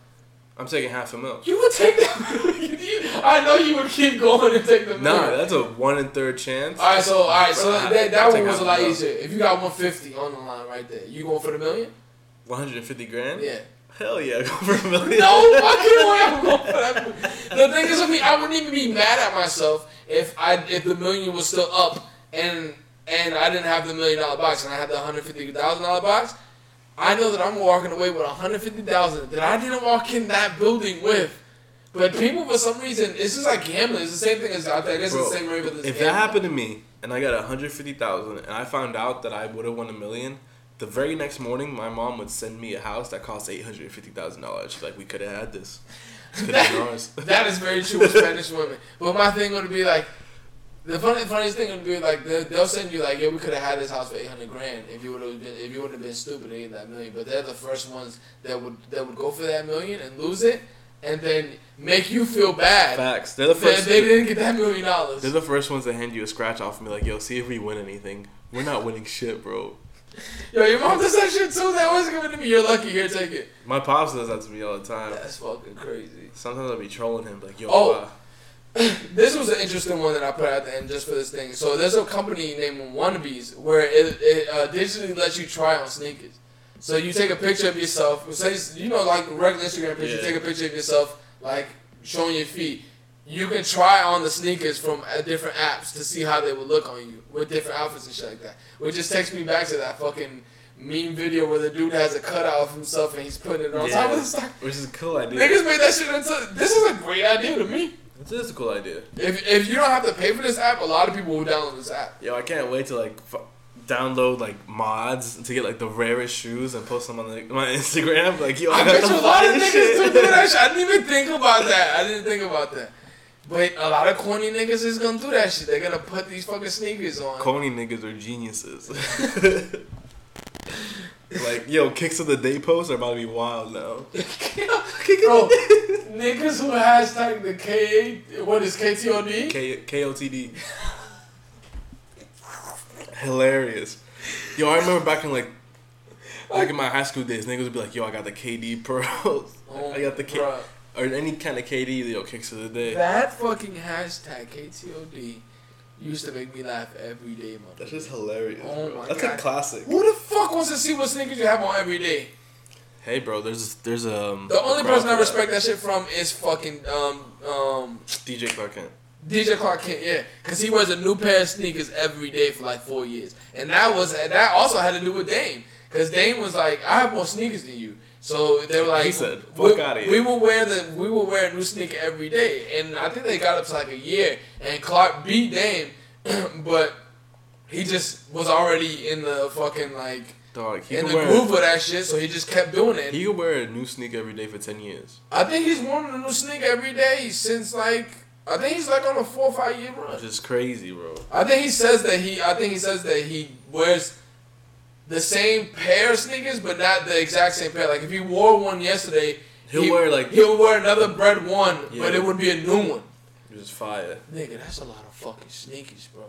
I'm taking half a mil. [LAUGHS] You would take that. I know you would keep going and take the mil. Nah, that's a one in third chance. all right, so all right, so Bro, I- that, that I'll one take was a half lot a mil. easier. If you got one fifty on the line right there, you going for the million? 150 grand? Yeah. Hell yeah, [LAUGHS] go for a million. [LAUGHS] No fucking way I'm going for that. The thing is, I mean, I wouldn't even be mad at myself if I if the million was still up and and I didn't have the million dollar box and I had the hundred fifty thousand dollar box. I know that I'm walking away with hundred fifty thousand that I didn't walk in that building with. But people, for some reason, it's just like gambling. It's the same thing as I [LAUGHS] guess Bro, it's the same way with this. if that happened to me and I got 150,000 and I found out that I would have won a million, the very next morning my mom would send me a house that cost $850,000. She's like, we could have had this. This could have been ours. That is very true with Spanish women. But my thing would be like, the funny, funniest thing would be like they- they'll send you like, yeah, we could have had this house for eight hundred grand if you would have been if you would have been stupid to get that million. But they're the first ones that would that would go for that million and lose it, and then make you feel [LAUGHS] bad Facts. They're the [LAUGHS] that first. they didn't get that million dollars. They're the first ones that hand you a scratch off and be like, yo, see if we win anything. We're not winning shit, bro. Yo, your mom does that shit too. They always give it to me. You're lucky. Here, take it. My pops does that to me all the time. That's fucking crazy. Sometimes I'll be trolling him, like, yo, Oh. uh, this was an interesting one that I put out at the end just for this thing. So there's a company named Wannabes where it, it uh, digitally lets you try on sneakers. So you take a picture of yourself. Say you know like regular Instagram picture. You Yeah. take a picture of yourself like showing your feet. You can try on the sneakers from uh, different apps to see how they would look on you with different outfits and shit like that. Which just takes me back to that fucking meme video where the dude has a cutout of himself and he's putting it on Yeah. top of the stock. which is a cool idea. Niggas made that shit into. This is a great idea to me. This is a cool idea. If, if you don't have to pay for this app, a lot of people will download this app. Yo, I can't wait to like f- download like mods to get like the rarest shoes and post them on like, my [LAUGHS] Instagram. Like, yo, I, got I bet the you a lot of finest niggas do do that shit. I didn't even think about that. I didn't think about that. But a lot of corny niggas is gonna do that shit. They're gonna put these fucking sneakers [LAUGHS] on. Corny niggas are geniuses. [LAUGHS] like, yo, kicks of the day posts are about to be wild [LAUGHS] now. Bro, niggas who hashtag the K, what is KTOD? K- KOTD. Hilarious. Yo, I remember back in like back in my high school days, niggas would be like, "Yo, I got the KD pearls. [LAUGHS] I got the K Oh, Bruh, or any kind of KD." Yo, kicks of the day. That fucking hashtag KTOD used to make me laugh every day, mother. That's just hilarious. Oh bro. my That's God. a classic. Who the fuck wants to see what sneakers you have on every day? Hey, bro. There's there's um. The only a person crowd I for respect that shit from is fucking um um DJ Clark Kent. DJ Clark Kent, yeah, because he wears a new pair of sneakers every day for like four years, and that was and that also had to do with Dame, because Dame was like, I have more sneakers than you, so they were like, He said, we, "Fuck outta here." we will wear the we will wear a new sneaker every day, and I think they got up to like a year, and Clark beat Dame, [CLEARS THROAT] but he just was already in the fucking like Dog. He in could the wear groove of that shit, so he just kept doing it. he could wear a new sneaker every day for ten years. I think he's worn a new sneaker every day since like I think he's like on a four or five year run. Which is crazy, bro. I think he says that he I think he says that he wears the same pair of sneakers but not the exact same pair. Like if he wore one yesterday, He'll wear, like- he'll wear another bread one, Yeah. but it would be a new one. Which is fire. Nigga, that's a lot of fucking sneakers, bro.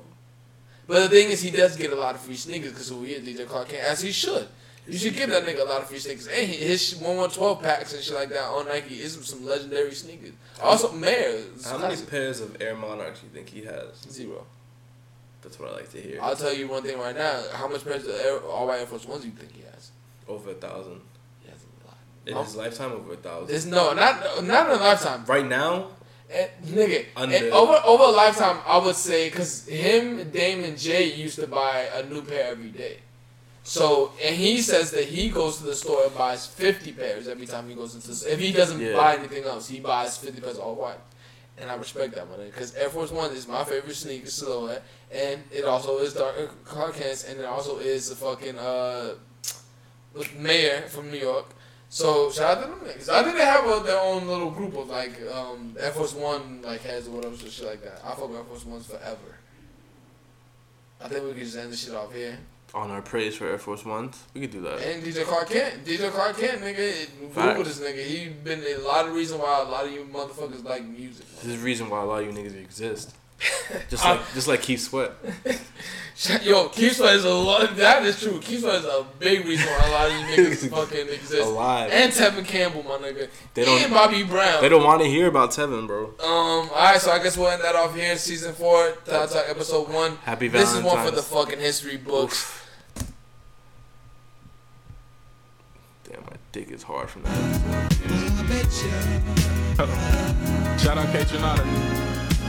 But the thing is, he does get a lot of free sneakers because who he is, DJ Clark Kent, as he should. You should give that nigga a lot of free sneakers. And he, his 112 packs and shit like that on Nike is some legendary sneakers. Also, Mayor. How many pairs of Air Monarchs you think he has? Zero. That's what I like to hear. I'll tell you one thing right now. How much pairs of Air, all white Air Force Ones do you think he has? Over a thousand. He has a lot. In Huh? his lifetime, over a thousand. It's no, not not in a lifetime. Right now, eh, nigga, Under. eh, over over a lifetime, I would say, cause him, Dame, and Jay used to buy a new pair every day. So, and he says that he goes to the store and buys fifty pairs every time he goes into. the If he doesn't Yeah. buy anything else, he buys fifty pairs all white. And I respect that one because Air Force One is my favorite sneaker silhouette, and it also is Dark uh, Clark Kent's, and it also is the fucking uh, with mayor from New York. So shout out to them niggas. I think they have uh their own little group of like um, Air Force One like heads or whatever so shit like that. I fuck with Air Force Ones forever. I think we can just end this shit off here. On our praise for Air Force Ones, we could do that. And DJ Clark Kent, DJ Clark Kent, nigga, Facts. Google this nigga. He been a lot of reason why a lot of you motherfuckers like music. This is the reason why a lot of you niggas exist. Just like just like Keith Sweat. Yo, Keith Sweat is a lot. That is true. Keith Sweat is a big reason why a lot of you [LAUGHS] niggas fucking exist. Alive. And Tevin Campbell, my nigga. They don't- and Bobby Brown. They don't want to hear about Tevin, bro. Um. All right. So I guess we'll end that off here. Season four, Thought Talk, episode one. Happy This is one for Valentine's. the fucking history books. Damn, my dick is hard from that. Shout out Kate Trinata.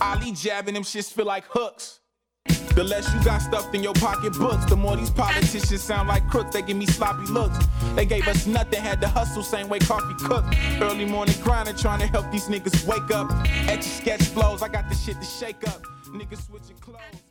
Ali jabbing them shits feel like hooks. The less you got stuffed in your pocketbooks, the more these politicians sound like crooks. They give me sloppy looks. They gave us nothing, had to hustle, same way coffee cooked. Early morning grinding, trying to help these niggas wake up. Etch sketch flows, I got the shit to shake up. Niggas switching clothes.